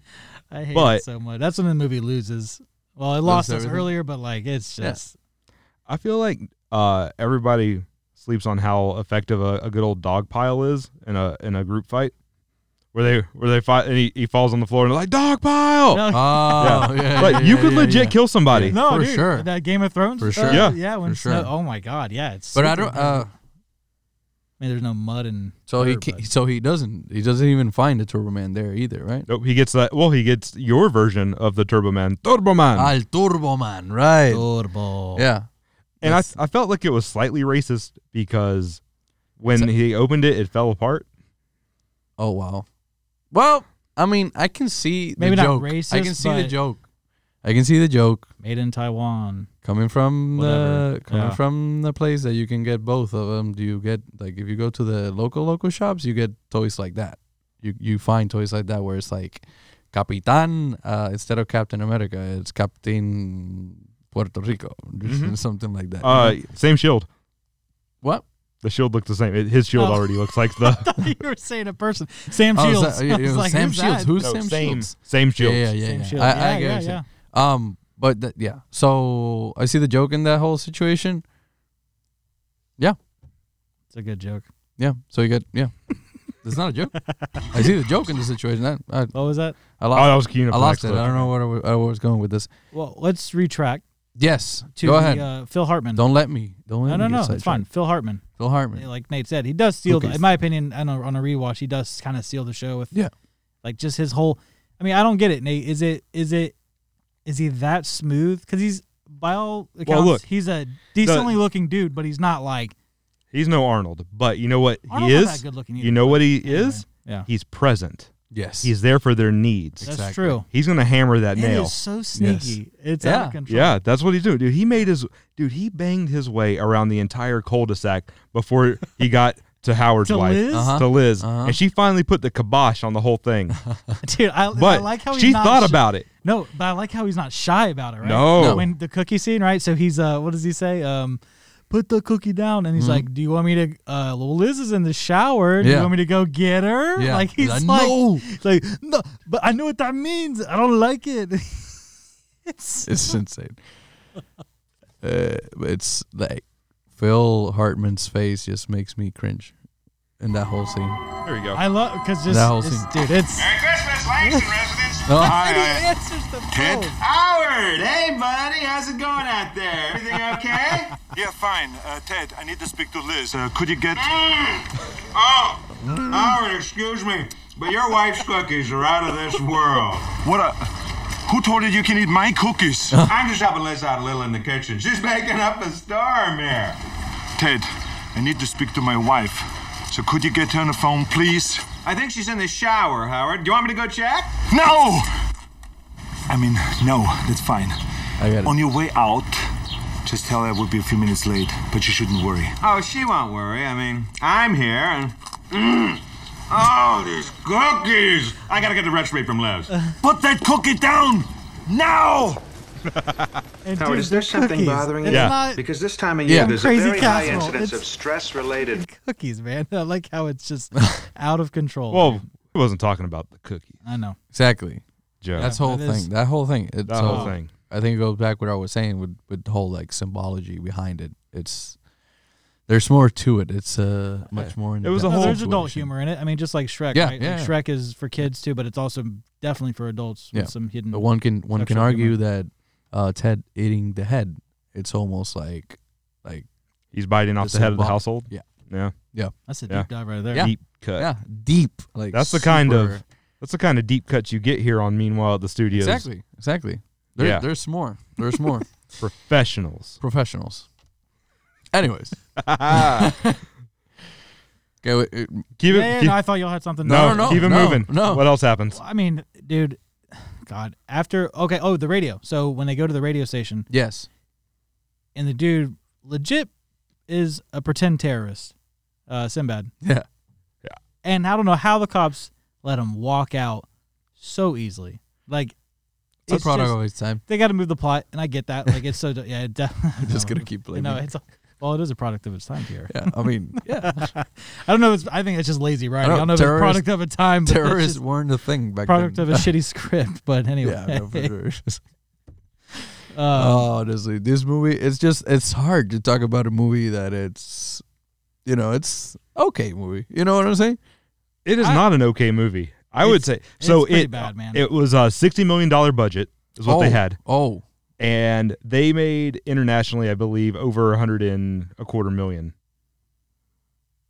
I hate But- it so much. That's when the movie loses. Well, it lost us everything? earlier, but like it's Yeah. just I feel like uh, everybody sleeps on how effective a, a good old dog pile is in a in a group fight. Where they where they fight and he, he falls on the floor and they're like, dog pile. No. Oh, yeah. yeah, like you yeah, could yeah, legit yeah. kill somebody. no, For dude, sure. That Game of Thrones, For uh, sure. Yeah. yeah. When For snow- sure. oh my god, yeah, it's. But I super don't. bad. Uh, I mean, there's no mud and. so he fur, can, but- so he doesn't he doesn't even find the Turbo Man there either, right? Nope, he gets that. Well, he gets your version of the Turbo Man. Turbo Man. Al Turbo Man, right? Oh. Turbo. Yeah. and I, I felt like it was slightly racist because when he opened it, it fell apart. Oh wow. Well, I mean, I can see the Maybe not joke. I can racist, see the but- joke. I can see the joke Made in Taiwan. coming from Whatever. the coming Yeah. from the place that you can get both of them. Do you get like if you go to the local local shops, you get toys like that. You you find toys like that where it's like Capitan uh, instead of Captain America, it's Captain Puerto Rico, Mhm. something like that. Uh, same shield. what? The shield looked the same. It, his shield Oh. already looks like the you were saying a person, Sam Oh, is Shields. that- yeah, I was yeah, like, Sam who's Shields. that? Who's no, Sam same Shields? same shield. Yeah, yeah, yeah. Sam yeah. Shields. I, Yeah, I get yeah, what you're saying. yeah. Um, but that, yeah. So I see the joke in that whole situation. It's a good joke. Yeah. So you get yeah. It's not a joke. I see the joke in the situation. I I, What was that? I Oh, lost. that was Cuniplex. I lost it. I don't know where I was, I was going with this. Well, let's retract Yes. to Go the, ahead. Uh, Phil Hartman. Don't let me. Don't let no, no, me. get no. It's fine. sidetracked. Phil Hartman. Phil Hartman. Like Nate said, he does steal. The, Cookies. in my opinion, on a, on a rewatch, he does kind of steal the show with Yeah. Like just his whole. I mean, I don't get it, Nate. Is it is it is he that smooth? Because he's by all accounts, look, he's a decently looking dude, but he's not like He's no Arnold, but you know what Arnold's he not is. that good looking You either, know but what he anyway. is? Yeah, He's present. Yes. He's there for their needs. that's Exactly. true. He's gonna hammer that It nail. is so sneaky. It's out Yeah. of control. yeah, that's what he's doing, dude. He made his dude. He banged his way around the entire cul-de-sac before he got to Howard's To wife, Liz, Uh-huh. to Liz, Uh-huh. and she finally put the kibosh on the whole thing. dude. I, I But like how he's she not thought sh- about it. No, but I like how he's not shy about it, right? No. No. When the cookie scene, right? So he's uh what does he say? Um put the cookie down and he's like, Do you want me to uh well Liz is in the shower. Do you Mm-hmm. Yeah. want me to go get her? Yeah. Like he's He's like, like "No." he's like, no, but I know what that means. I don't like it. it's it's insane. Uh, it's like Phil Hartman's face just makes me cringe in that whole scene. There you go. I love because just That whole it's- scene. dude, it's Merry Christmas, Langston residents. Oh, and he answers the Kid? phone. Howard, hey buddy, how's it going out there? Everything okay? Yeah, fine. Uh, Ted, I need to speak to Liz. Uh, could you get? oh, Howard, excuse me, but your wife's cookies are out of this world. What? A... Who told you you can eat my cookies? I'm just helping Liz out a little in the kitchen. She's making up a storm here. Ted, I need to speak to my wife. So could you get her on the phone, please? I think she's in the shower, Howard. Do you want me to go check? No! I mean, no, that's fine. I got it. On your way out, just tell her we'll be a few minutes late, but you shouldn't worry. Oh, she won't worry. I mean, I'm here and. Mm. Oh, these cookies! I gotta get the recipe from Les. Put that cookie down! Now! And Howard, dude, is there the something cookies. bothering it's you? Yeah. Not Because this time of Yeah. year, there's Crazy a very high casserole. incidence It's- of stress-related cookies, man. I like how it's just out of control. Well, he wasn't talking about the cookie, I know. Exactly. Joe. That's whole that thing. is- that whole thing. It, that so whole thing. I think it goes back what I was saying with with the whole like symbology behind it. It's there's more to it. It's uh much more. In It was a No, whole there's adult situation. humor in it. I mean, just like Shrek. Yeah, right? yeah, Like yeah. Shrek is for kids too, but it's also definitely for adults Yeah. with some hidden. But one can one can Sexual argue humor. that uh Ted eating the head. It's almost like like He's biting off It's the head of the symbol- household. yeah. Yeah. That's a deep Yeah. dive right there. Yeah. Deep cut. yeah deep like That's the kind of- super- That's the kind of deep cuts you get here on Meanwhile at the Studios. exactly exactly. There, Yeah. There's more. There's more Professionals. professionals. Anyways. Okay, wait, uh, it- Keep it. Yeah, yeah, keep, no, I thought y'all had something. no, no, no, keep it no, moving. no. What else happens? I mean, dude, God. After okay, oh, the radio. So when they go to the radio station, yes. and the dude legit is a pretend terrorist, uh, Sinbad. Yeah. And I don't know how the cops let him walk out so easily. Like, It's a it's product just- of its time. they got to move the plot, and I get that. Like, it's so yeah. It def- I'm just no, gonna keep you blaming. know, it's a, well, it is a product of its time, Pierre. yeah, I mean, yeah, I don't know. If it's, I think it's just lazy writing. I know, don't know if it's terrorist- product of a time. But it's terrorists just weren't a thing back product then. of a shitty script. But anyway, yeah, no, for sure. Um, uh, oh, honestly, this movie it's just it's hard to talk about a movie that it's, you know, it's okay movie. You know what I'm saying? It is I- not an okay movie. I would It's- say so. it's pretty it bad, man. it was a sixty million dollar budget is what oh, they had, Oh, and they made internationally, I believe, over a hundred and a quarter million.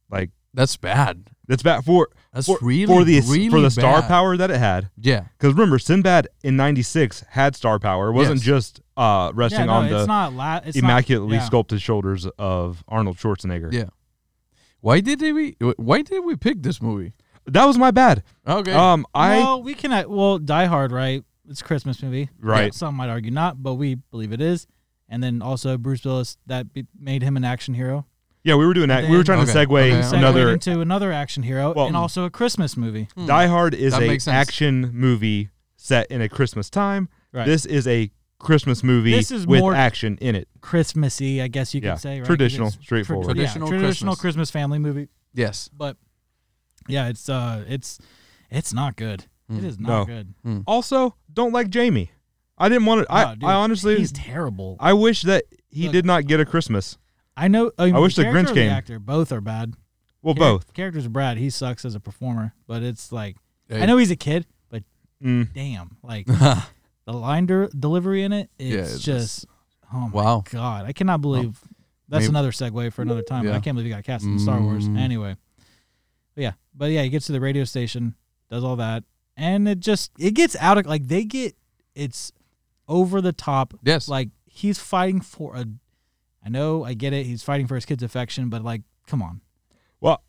Like that's bad. that's bad for That's for, really for the really for the star bad. power that it had. Yeah, Because remember, Sinbad in '96 had star power. It wasn't Yes. just uh, resting yeah, no, on it's the not la- it's not- immaculately yeah. sculpted shoulders of Arnold Schwarzenegger. Yeah. why did they we? Why did we pick this movie? That was my bad. Okay, Um, I well, we can. uh, Well, Die Hard, right? It's a Christmas movie, Right. Some might argue not, but we believe it is. And then also Bruce Willis that be- made him an action hero. yeah, we were doing that. we Then- were trying to Okay, segue okay, okay. Segued another into another action hero Well- Hmm. and also a Christmas movie. Die Hard is That a makes sense. action movie set in a Christmas time. Right. This is a Christmas movie This is with more- action in it. Christmassy, I guess you Yeah, could say. Right? 'Cause traditional, it's tr- straightforward. yeah, Traditional traditional Christmas. Christmas family movie. yes, But yeah, it's uh, it's it's not good. It is Mm. not No. good. Also, don't like Jamie. I didn't want to. I, Wow, dude, I honestly, he's terrible. I wish that he Look. did not get a Christmas. I know. I, mean, I wish the character Grinch or came. actor, both are bad. Well, Charac- both. characters. Brad, he sucks as a performer, but it's like I Hey. know he's a kid, but Mm. damn, like the line der- delivery in it, it's Yeah, it's- just oh my Wow. god, I cannot believe that's Maybe- another segue for another time. But I Yeah. can't believe he got cast in Star Wars. Mm. Anyway, but yeah, but yeah, he gets to the radio station, does all that, and it just it gets out of like they get it's over the top. yes, Like he's fighting for a, I know I get it. He's fighting for his kid's affection, but like, come on. Well,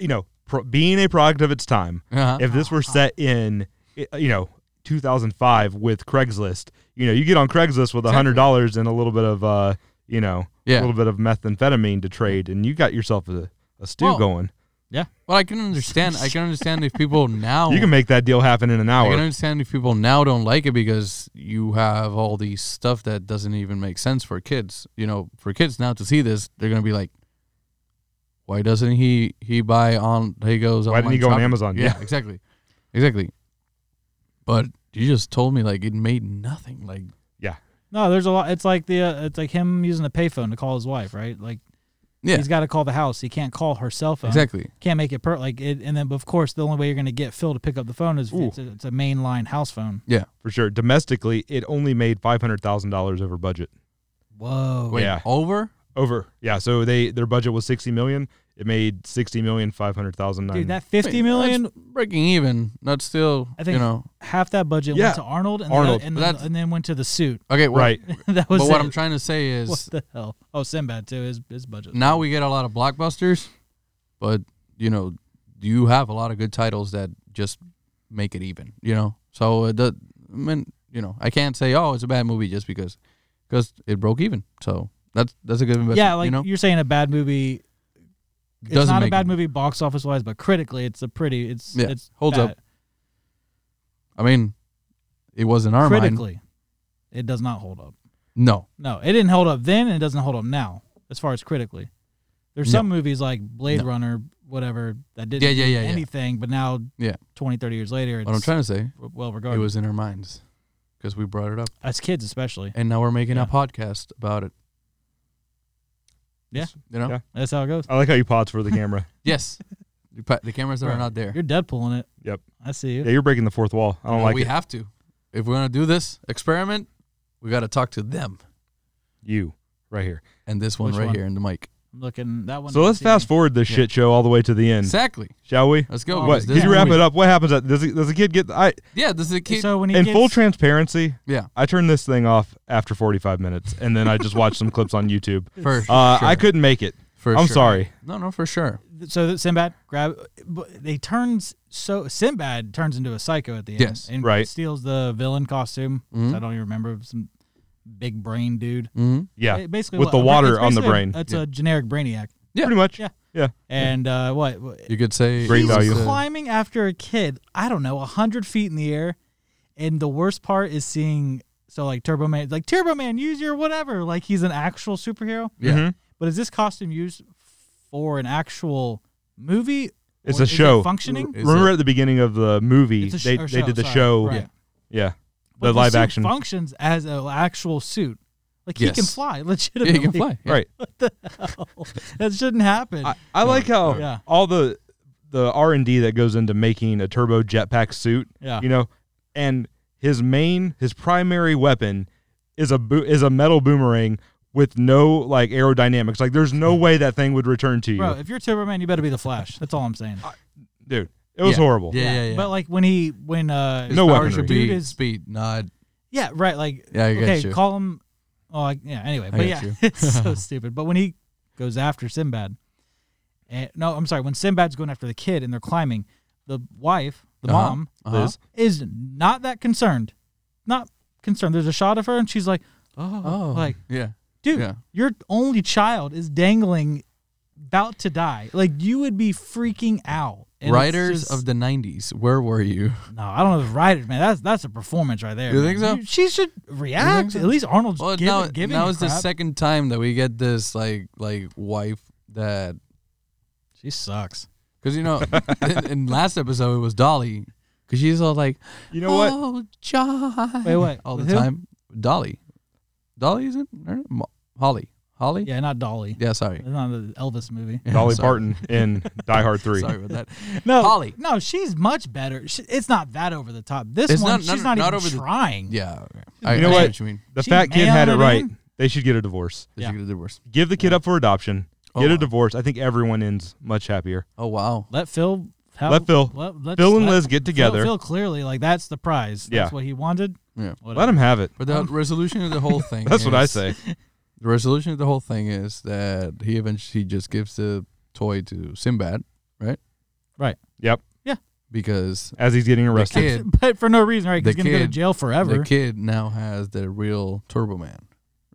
you know, pro- being a product of its time. uh-huh. If this were set in, i- you know, 2005 with Craigslist, you know, you get on Craigslist with a hundred dollars and a little bit of, uh, you know, a Yeah. little bit of methamphetamine to trade, and you got yourself a, a stew Well, going. well, I can understand. I can understand if people now You can make that deal happen in an I can hour. understand if people now don't like it because you have all these stuff that doesn't even make sense for kids. You know, for kids now to see this, they're gonna be like, "Why doesn't he he buy on? He goes. Why didn't he online go on shopping?" Amazon? Yeah, Yeah. exactly, exactly. But you just told me like it made nothing. Like No, there's a lot. It's like the uh, it's like him using a payphone to call his wife, right? Like yeah, he's got to call the house. He can't call her cell phone. exactly. Can't make it per like it. And then of course the only way you're gonna get Phil to pick up the phone is if Ooh. it's a, it's a mainline house phone. Yeah. For sure. Domestically, it only made five hundred thousand dollars over budget. Whoa. Wait, Yeah. over. Over. Yeah. So they their budget was sixty million. It made sixty million five hundred thousand nine. Dude, that Wait, fifty million, that's breaking even. That's still. I think- you know. half that budget Yeah. went to Arnold, and Arnold. Then, and, But then, that's- and then went to the suit. Okay, well, right. that was. But what it. I'm trying to say is Mm, What the hell? Oh, Sinbad too. His his budget. now we get a lot of blockbusters, but you know, you have a lot of good titles that just make it even, you know? So it does, I mean, you know, I can't say, oh, it's a bad movie just because, because it broke even. So that's, that's a good investment. yeah, like you you know, are saying, a bad movie. It's Doesn't not a make bad it. movie box office wise, but critically, it's a pretty. It's Yeah, it's holds bad. up I mean, it was in our mind. critically. It does not hold up. No. No, it didn't hold up then, and it doesn't hold up now, as far as critically. There's some movies like Blade No. Runner, whatever, that didn't Yeah, yeah, do yeah, yeah. anything, but now Yeah. 20, 30 years later, it's What I'm trying to say, well it regarded. was in our minds because we brought it up. as kids, especially. And now we're making Yeah. a podcast about it. Yeah. You know? Yeah. That's how it goes. I like how you pods for the camera. Yes. You pa- The cameras that are not there. You're Deadpooling it. Yep. I see you. Yeah, you're breaking the fourth wall. I don't No, like we it. have to. If we're gonna do this experiment, we got to talk to them. you right here. And this one Which right one? here in the mic. I'm looking that one. So let's fast forward this shit show all the way to the end, Exactly. shall we? Let's Oh, go. What? because this Could you wrap movie- it up? What happens? At, does, he, does the kid get? I Yeah, this is a kid. So when he in gets, full transparency, yeah, I turned this thing off after 45 minutes, and then I just watched some clips on YouTube. for Uh, sure. I couldn't make it. For I'm sure. sorry. No, no, for sure. so that Sinbad grab, but they turns so Sinbad turns into a psycho at the end. Yes. Mm-hmm. and Right. Steals the villain costume. which I don't even remember some big brain dude. hmm Yeah, Ba- basically with what- the a bra- water it's on the basically brain, A, it's Yeah. a generic brainiac. Yeah. pretty much. Yeah. yeah. And uh, what? what- You could say Great he's value. a- Climbing after a kid, I don't know, hundred feet in the air, and the worst part is seeing. So like Turbo Man, like Turbo Man, use your whatever. Like he's an actual superhero. Yeah. Mhm. But is this costume used for an actual movie? It's a Or is it show. functioning. Is Remember it- at the beginning of the movie, It's a sh- they, or they show, did the sorry, show. right. Yeah, But the live suit action. functions as an actual suit. Like he can Yes. fly Yeah, legitimately. you can fly. Yeah. Right. that shouldn't happen. I, I like how Yeah. all the the R and D that goes into making a turbo jetpack suit. Yeah. You know, and his main his primary weapon is a bo- is a metal boomerang with no like aerodynamics. Like there's no way that thing would return to you, Bro, if you're Timberman, you better be the Flash. That's all I'm saying. dude. It was Yeah. horrible. Yeah, yeah, yeah. But like when he when uh His No power weaponry. should Dude be is- speed, not yeah, right, like Yeah, I get okay, you. call him oh like, yeah, anyway. But get yeah, you. it's so stupid. But when he goes after Sinbad and, no, I'm sorry, when Sinbad's going after the kid and they're climbing, the wife, the Uh-huh, mom, uh-huh. is is not that concerned. Not concerned. There's a shot of her and she's like, Oh, oh, like yeah, dude, Yeah. your only child is dangling, about to die. Like you would be freaking out. And it's writers just- of the '90s. Where were you? no, I don't know if writers, man. That's that's a performance right there. You man. think so? she should react. so? At least Arnold's Well, give, now, giving. now a is the crap. second time that we get this like like wife that She sucks. Because you know, in, in last episode it was Dolly, because she's all like, You know what? "Oh, John," Wait, wait, all the who? time. Dolly, Dolly isn't her? Mo- Holly, Holly. Yeah, not Dolly. yeah. Sorry, It's not the Elvis movie. Yeah, Dolly sorry. Parton in Die Hard Three. Sorry about that. No, Holly. No, she's much better. She, it's not that over the top. This It's one, not- she's not- not, not even over the- trying. Yeah, okay. You know see what? you mean? The She fat kid had it mailing it right. in? They should get a divorce. That Yeah. you could have divorced. Give the kid up for adoption. Oh, get wow. a divorce. I think everyone ends much happier. Oh wow. Let Phil. Have, Let Phil- Let, let- Phil and let Liz get together. Phil, Phil clearly, like that's the prize. Yeah. That's what he wanted. Yeah. Whatever. Let him have it. But the resolution of the whole thing. That's what I is- say. The resolution of the whole thing is that he eventually just gives the toy to Sinbad, right? Yep. Because As he's getting arrested. kid- but for no reason, right? 'Cause The He's gonna go to kid- jail forever. the kid now has the real Turbo Man,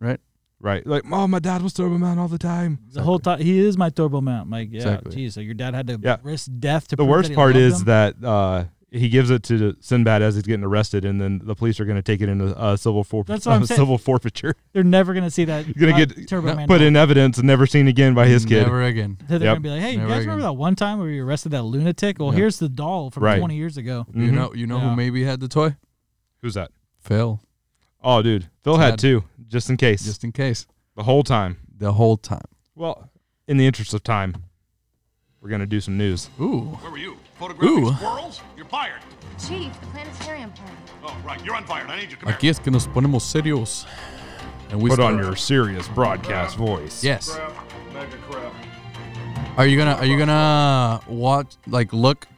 right? Right. Like, oh, my dad was Turbo Man all the time. The whole time he is my turbo mount. Like, yeah, Exactly. geez, so your dad had to Yeah. risk death The to. prove worst that he part loved is him? that uh, he gives it to Sinbad as he's getting arrested, and then the police are going to take it into uh, civil, forf- That's what I'm uh, saying. civil forfeiture. they're never gonna see that. You're gonna uh, get turbo no, man. Put back. in evidence and never seen again by his kid. Never again. So they're Yep. gonna be like, hey, you Never guys remember again. that one time where we arrested that lunatic? Well, Yeah. here's the doll from Right. 20 years ago. You Mhm. know, you know Mm-hmm. Yeah. who maybe had the toy? Who's that? Phil, Oh, dude. Phil Sad. had two, just in case. just in case. the whole time. The whole time. Well, in the interest of time, we're going to do some news. Ooh, Where were you? Photographing Ooh. squirrels? You're fired. Chief, the planetarium party. Oh, right. You're unfired. I need you. Come here. aquí es que nos ponemos serios. And we Put on start- your serious broadcast voice. yes. Crap. Mega crap. Are you gonna Are you gonna watch like look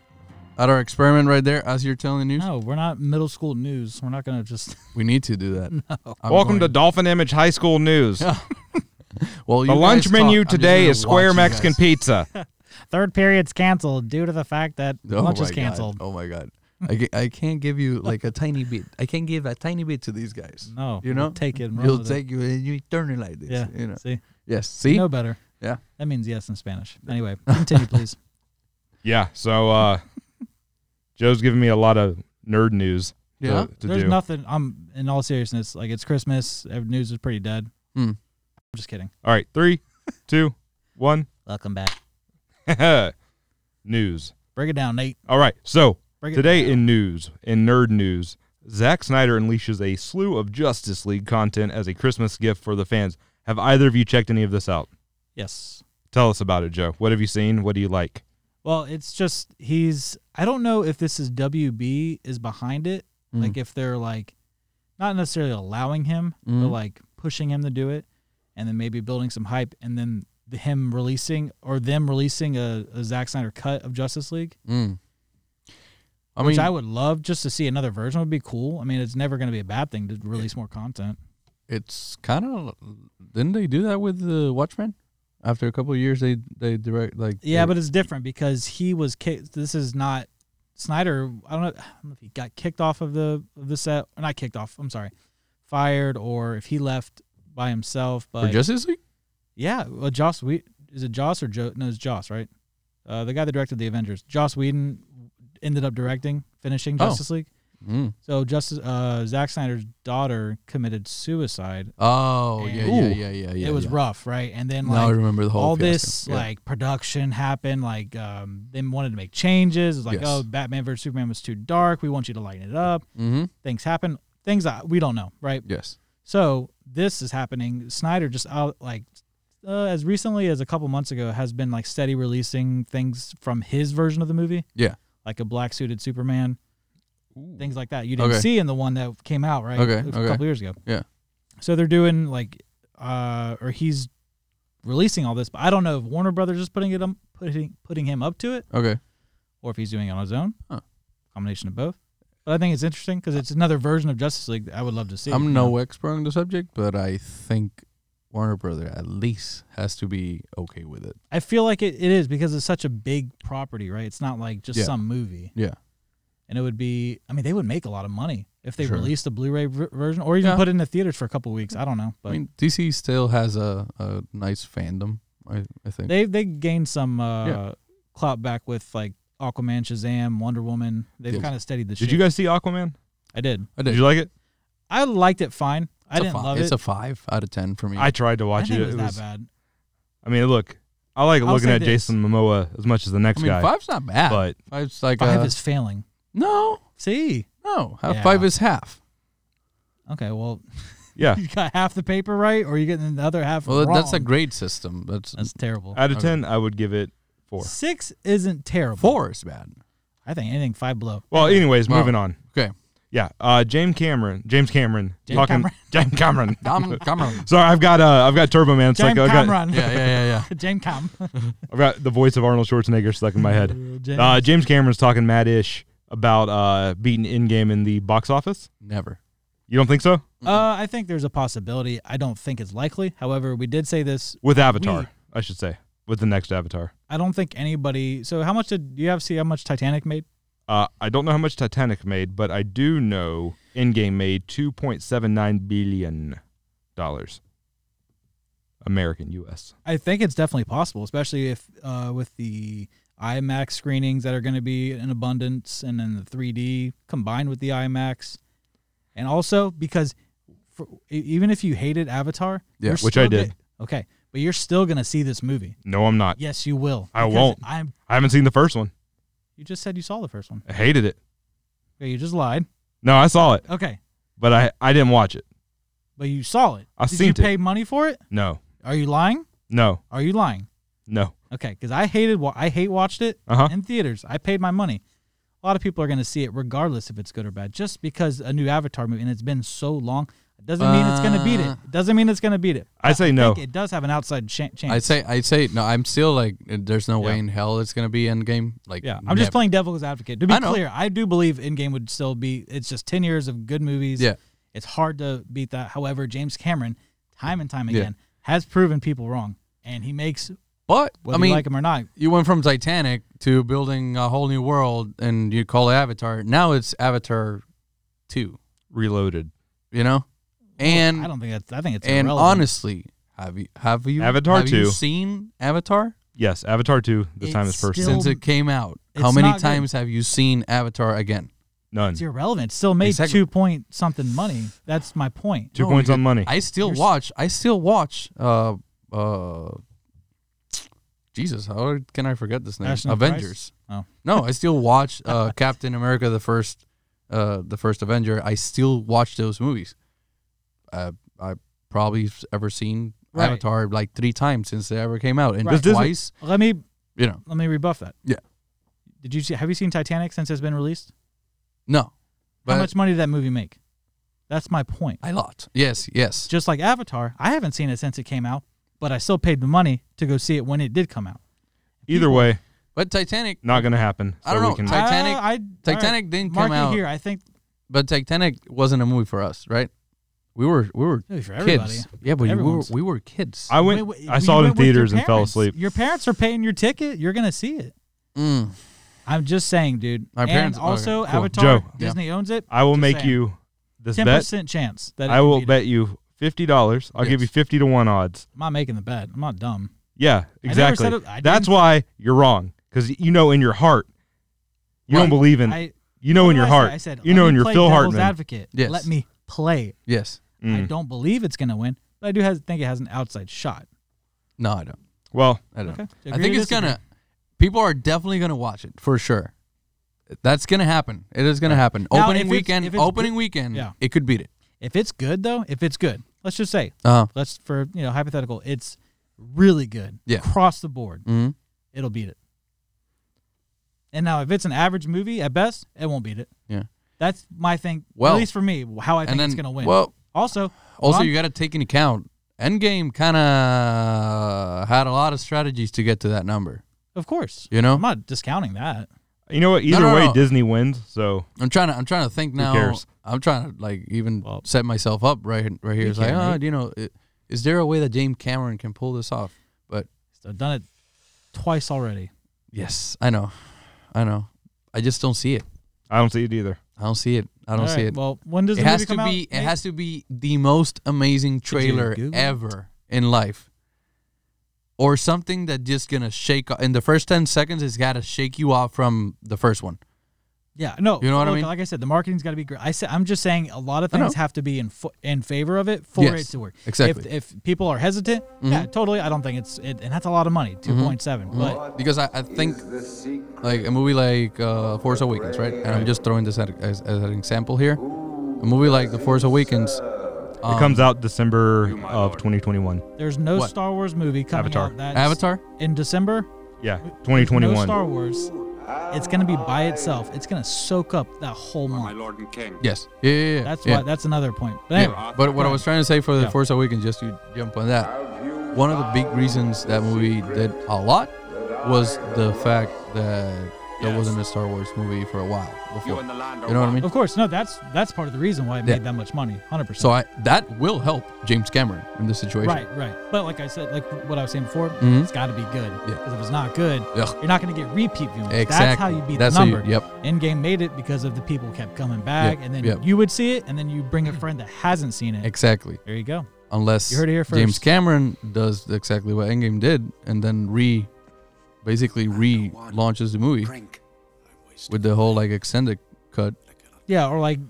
at our experiment right there as you're telling the news? No, we're not middle school news. We're not gonna just. We need to do that. I'm Welcome to going- Dolphin Image High School News. well, The you lunch guys menu talk. I'm just today gonna is square watch you Mexican guys. pizza. Third period's canceled due to the fact that Oh lunch my is God. canceled. Oh my god. I, ca- I can't give you like a tiny bit. I can't give a tiny bit to these guys. No, you know, we'll take it and run You'll with it. take you and you turn it like this. Yeah, you know. see, Yes. See. no better. Yeah. That means yes in Spanish. Anyway, continue, please. Yeah. So uh, Joe's giving me a lot of nerd news. to- Yeah? To, There's do. nothing. I'm in all seriousness. Like it's Christmas. ev- News is pretty dead. Hmm. I'm just kidding. All right. Three, two, one. Welcome back. news. Break it down, Nate. All right. So Break it today down. in news, in nerd news, Zack Snyder unleashes a slew of Justice League content as a Christmas gift for the fans. Have either of you checked any of this out? Yes. Tell us about it, Joe. What have you seen? What do you like? Well, it's just he's. I don't know if this is WB is behind it. Mm. Like if they're like, not necessarily allowing him, but Mm. like pushing him to do it, and then maybe building some hype, and then the, him releasing or them releasing a, a Zack Snyder cut of Justice League, Mm. I which mean, I would love just to see another version would be cool. I mean, it's never going to be a bad thing to release more content. it's kind of didn't they do that with the Watchmen? After a couple of years, they they direct like Yeah, they- but it's different because he was kicked. This is not Snyder. I don't know. I don't know if he got kicked off of the of the set or not kicked off. I'm sorry, fired or if he left by himself. for But Justice League. yeah, well, Joss. We is it Joss or Joe? No, it's Joss, right? Uh, the guy that directed the Avengers, Joss Whedon, ended up directing, finishing Oh. Justice League. Mm. So Justice, uh, Zack Snyder's daughter committed suicide. Oh yeah, yeah, Ooh. yeah, yeah, yeah. it was yeah. rough, right? And then now I like remember the whole all fiasco. this Yeah. like production happened like um they wanted to make changes it's like Yes. oh batman versus superman was too dark we want you to lighten it up Mhm. things happen things that we don't know right Yes. so this is happening snyder just out like uh, as recently as a couple months ago has been like steady releasing things from his version of the movie Yeah. like a black suited superman things like that you didn't Okay. see in the one that came out right Okay, a couple okay. years ago Yeah. so they're doing like uh or he's releasing all this but i don't know if warner brothers is putting it um putting putting him up to it Okay. or if he's doing it on his own Huh. combination of both but i think it's interesting because it's another version of justice league that i would love to see you I'm know? no expert on the subject, but I think Warner Brother at least has to be okay with it. i feel like it, it is because it's such a big property right it's not like just Yeah. some movie Yeah. and it would be i mean they would make a lot of money if they Sure. released a blu-ray ver- version or even Yeah. put it in the theaters for a couple weeks i don't know but I mean, DC still has a, a nice fandom. I, I think. they they gained some uh Yeah. clout back with like aquaman shazam wonder woman they've Yes. kind of steadied the Did ship. you guys see Aquaman? i did I Did did. you like it? i liked it fine i It's a didn't fi- love It's it a five out of ten for me. I tried to I watch didn't it. think it was It was- that bad I mean, look, I like I'll looking say at this. Jason Momoa as much as the next I mean, guy, five's not bad. but five's like five uh, is failing no, see no. Half Yeah. Five is half. okay well yeah, you got half the paper right or you're getting the other half Well, that- wrong. that's a grade system. That's, that's terrible out of Okay. ten, I would give it four. six isn't terrible four is bad. i think anything five below Well, anyways, Wow. moving on. Okay. Yeah, uh, James Cameron, James Cameron, James talking, Cameron. James Cameron. Dom Cameron. Sorry, I've got uh, I've got Turbo Man. It's james like I've got, cameron yeah, yeah, yeah, yeah. james cam I've got the voice of Arnold Schwarzenegger stuck in my head. James. Uh, James Cameron's talking mad ish about uh, beating Endgame in the box office. Never. You don't think so? Uh, i think there's a possibility i don't think it's likely however we did say this With Avatar, We- I should say, with the next Avatar. I don't think anybody. So how much did do you have? See how much Titanic made? Uh, I don't know how much Titanic made, but I do know Endgame made two point seven nine billion dollars, American U.S. I think it's definitely possible, especially if uh, with the IMAX screenings that are going to be in abundance, and then the 3D combined with the IMAX, and also because for, e- even if you hated Avatar, Yeah, you're which I still did. ga- okay, but you're still going to see this movie. No, I'm not. Yes, you will. I because won't. I'm. I haven't seen the first one. You just said you saw the first one. I hated it. Okay, you just lied. No, I saw it, Okay, but I I didn't watch it. but you saw it. I've did seen you it. pay money for it? No, Are you lying? no, Are you lying? no. Okay, because I hated wa- I hate watched it Uh-huh. in theaters. I paid my money. A lot of people are going to see it regardless if it's good or bad. Just because a new Avatar movie and it's been so long doesn't mean it's going to beat Uh, it. Doesn't mean it's going to beat it. I say no. think it does have an outside ch- chance. I'd say, I'd say, no. I'm still like, there's no way Yeah. in hell it's gonna be Endgame. Like, yeah. I'm just never. playing devil's advocate. To be I know. clear, I do believe Endgame would still be. It's just ten years of good movies. Yeah. it's hard to beat that. However, James Cameron, time and time Yeah. again, has proven people wrong, and he makes But whether I mean, you like them or not. you went from Titanic to building a whole new world, and you call it Avatar. Now it's Avatar Two. Reloaded. You know, and I don't think that's. I think it's and irrelevant. honestly, have you have you Avatar have you 2. seen Avatar Yes, Avatar 2, The Time is It's Personal. still- since it came out? How it's many not good. times have you seen Avatar again? None. It's irrelevant. It still made Exactly. two point something money. That's my point. Two No, points you- on money. I still You're s- watch. I still watch. Uh, uh, Jesus, how can I forget this name? National Avengers. Price? Oh. no, I still watch uh, Captain America: The First, uh, the first Avenger. I still watch those movies. Uh, I probably s- ever seen Right. Avatar like three times since they ever came out, and Right. Does Disney- twice. Let me You know, let me rebuff that. Yeah. Did you see? Have you seen Titanic since it's been released? no, but How much money did that movie make? That's my point. a lot. Yes, yes. Just like Avatar, I haven't seen it since it came out, but I still paid the money to go see it when it did come out. Either way, But Titanic, not going to happen. So I don't we know. Can, I- Titanic- Uh, I- Titanic alright. didn't Mark come it out. here. I think but Titanic wasn't a movie for us, right? We were, we were movie for everybody. kids. Yeah, but you were, Everyone's- we were kids. I went. Wait, wait, I saw you it in went with your theaters and fell parents. asleep. Your parents are paying your ticket. You're gonna see it. Mm. I'm just saying, dude. My and parents- also, okay, cool. Avatar, Joe. Disney owns it. I will Just make saying. you this ten bet. percent chance that it I can will beat it. bet you fifty dollars. I'll give you Yes. fifty to one odds. I'm not making the bet. I'm not dumb. Yeah, never said exactly. it- I That's didn't- why you're wrong because you know in your heart you don't Right. believe in. I you know what in did your I say? heart. I said you let know me in your play Phil devil's Hartman. advocate. Yes. Let me play. Yes. I Mm. don't believe it's gonna win, but I do has, think it has an outside shot. No, I don't. Well, I don't. Okay. I Agree think or it's disagree? gonna. People are definitely gonna watch it for sure. That's gonna happen. It is gonna happen. Now, if opening it's- weekend. if it's Opening good- weekend. yeah. It could beat it. If it's good though, if it's good, let's just say, Uh let's for you know hypothetical, it's really good. Yeah. Across the board, mm it'll beat it. And now, if it's an average movie at best, it won't beat it. Yeah. That's my thing. Well, at least for me, how I and think it's then- gonna win. well- also, Also, Ron- you got to take into account. Endgame kind of had a lot of strategies to get to that number. of course, You know? I'm not discounting that. you know what? Either no, way, no. Disney wins. So I'm trying to. I'm trying to think now. cares? I'm trying to like even Well, set myself up right right here. you It's like, can, oh, right? you know, i- is there a way that James Cameron can pull this off? But So I've done it twice already. yes, I know, I know. I just don't see it. I don't see it either. I don't see it. I don't All see right, it. Well, when does it the has movie to come be. out? It Nate? has to be the most amazing trailer Google it? ever in life, or something that just gonna shake in the first ten seconds. It's gotta shake you off from the first one. Yeah, no. You know what I look, mean? Like I said, the marketing's got to be great. I said, I'm just saying a lot of I know. things have to be in fo- in favor of it for Yes, it to work. exactly. Mm-hmm. If, if people are hesitant, yeah, totally. I don't think it's it, and that's a lot of money, two point seven. But because I, I think like a movie like uh, Force Awakens, right? And I'm just throwing this at, as, as an example here. A movie like The Force Awakens, Um, it comes out December oh of 2021. there's no What? Star Wars movie coming Avatar. out that's Avatar. in December. Yeah, There's 2021. No Star Wars. It's gonna be by itself. It's gonna soak up that whole month. Yes. Yeah. yeah, yeah, That's yeah. why. That's another point. But anyway, Yeah, but what I was trying to say for the Yeah. Force Awakens, just to jump on that, one of the big reasons that movie did a lot was the fact that there wasn't a Star Wars movie for a while before. You know what I mean? of course, no. That's that's part of the reason why it made Yeah. that much money. Hundred percent. So I that will help James Cameron in this situation. Right, right. But like I said, like what I was saying before, Mhm. it's got to be good. Yeah. Because if it's not good, Ugh. you're not going to get repeat viewings. That's how Exactly. you beat That's the how you- number. yep. Endgame made it because of the people kept coming back, Yep, and then yep. you would see it, and then you bring a friend that hasn't seen it. Exactly. there you go. unless You heard it here James first. Cameron does exactly what Endgame did and then re basically relaunches the movie with the whole like extended cut. Yeah, or like,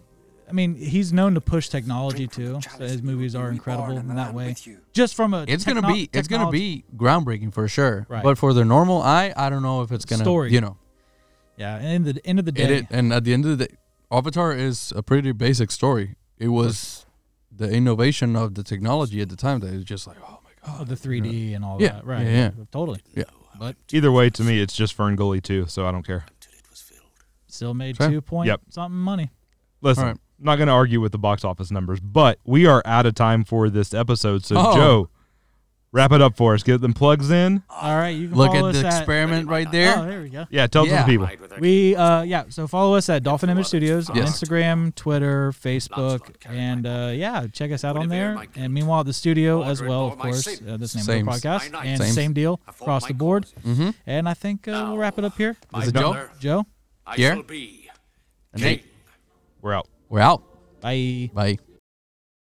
I mean, he's known to push technology too. So his movies are incredible in that way. Just from a It's gonna techno- be it's gonna technology- be groundbreaking for sure. Right. But for the normal eye, I don't know if it's gonna Story. you know. yeah. And in the end of the It, day, it, and at the end of the day, Avatar is a pretty basic story. It was the innovation of the technology at the time that is just like oh my god. of the 3D and all Yeah, that, right? yeah, yeah. totally. Yeah. Either way, to me, it's just Fern Gully too. So I don't care. Still made Sure. two point Yep. something money. Listen, All right. I'm not going to argue with the box office numbers, but we are out of time for this episode. So, Oh. Joe, Wrap it up for us. Get them plugs in. All right, you can Look follow at us the experiment right Oh, there. there we go. Yeah, tell it to Yeah. the people. We uh yeah, so follow us at Dolphin Image Studios on Yes. Instagram, Twitter, Facebook, and uh yeah, check us out on there. And meanwhile, the studio as well, of course, uh, this name Same. of the podcast, and Same. Mm-hmm. same deal across the board. And I think uh, we'll wrap it up here. Is it Joe? Joe, Here? And Nate. We're out. We're out. bye. Bye.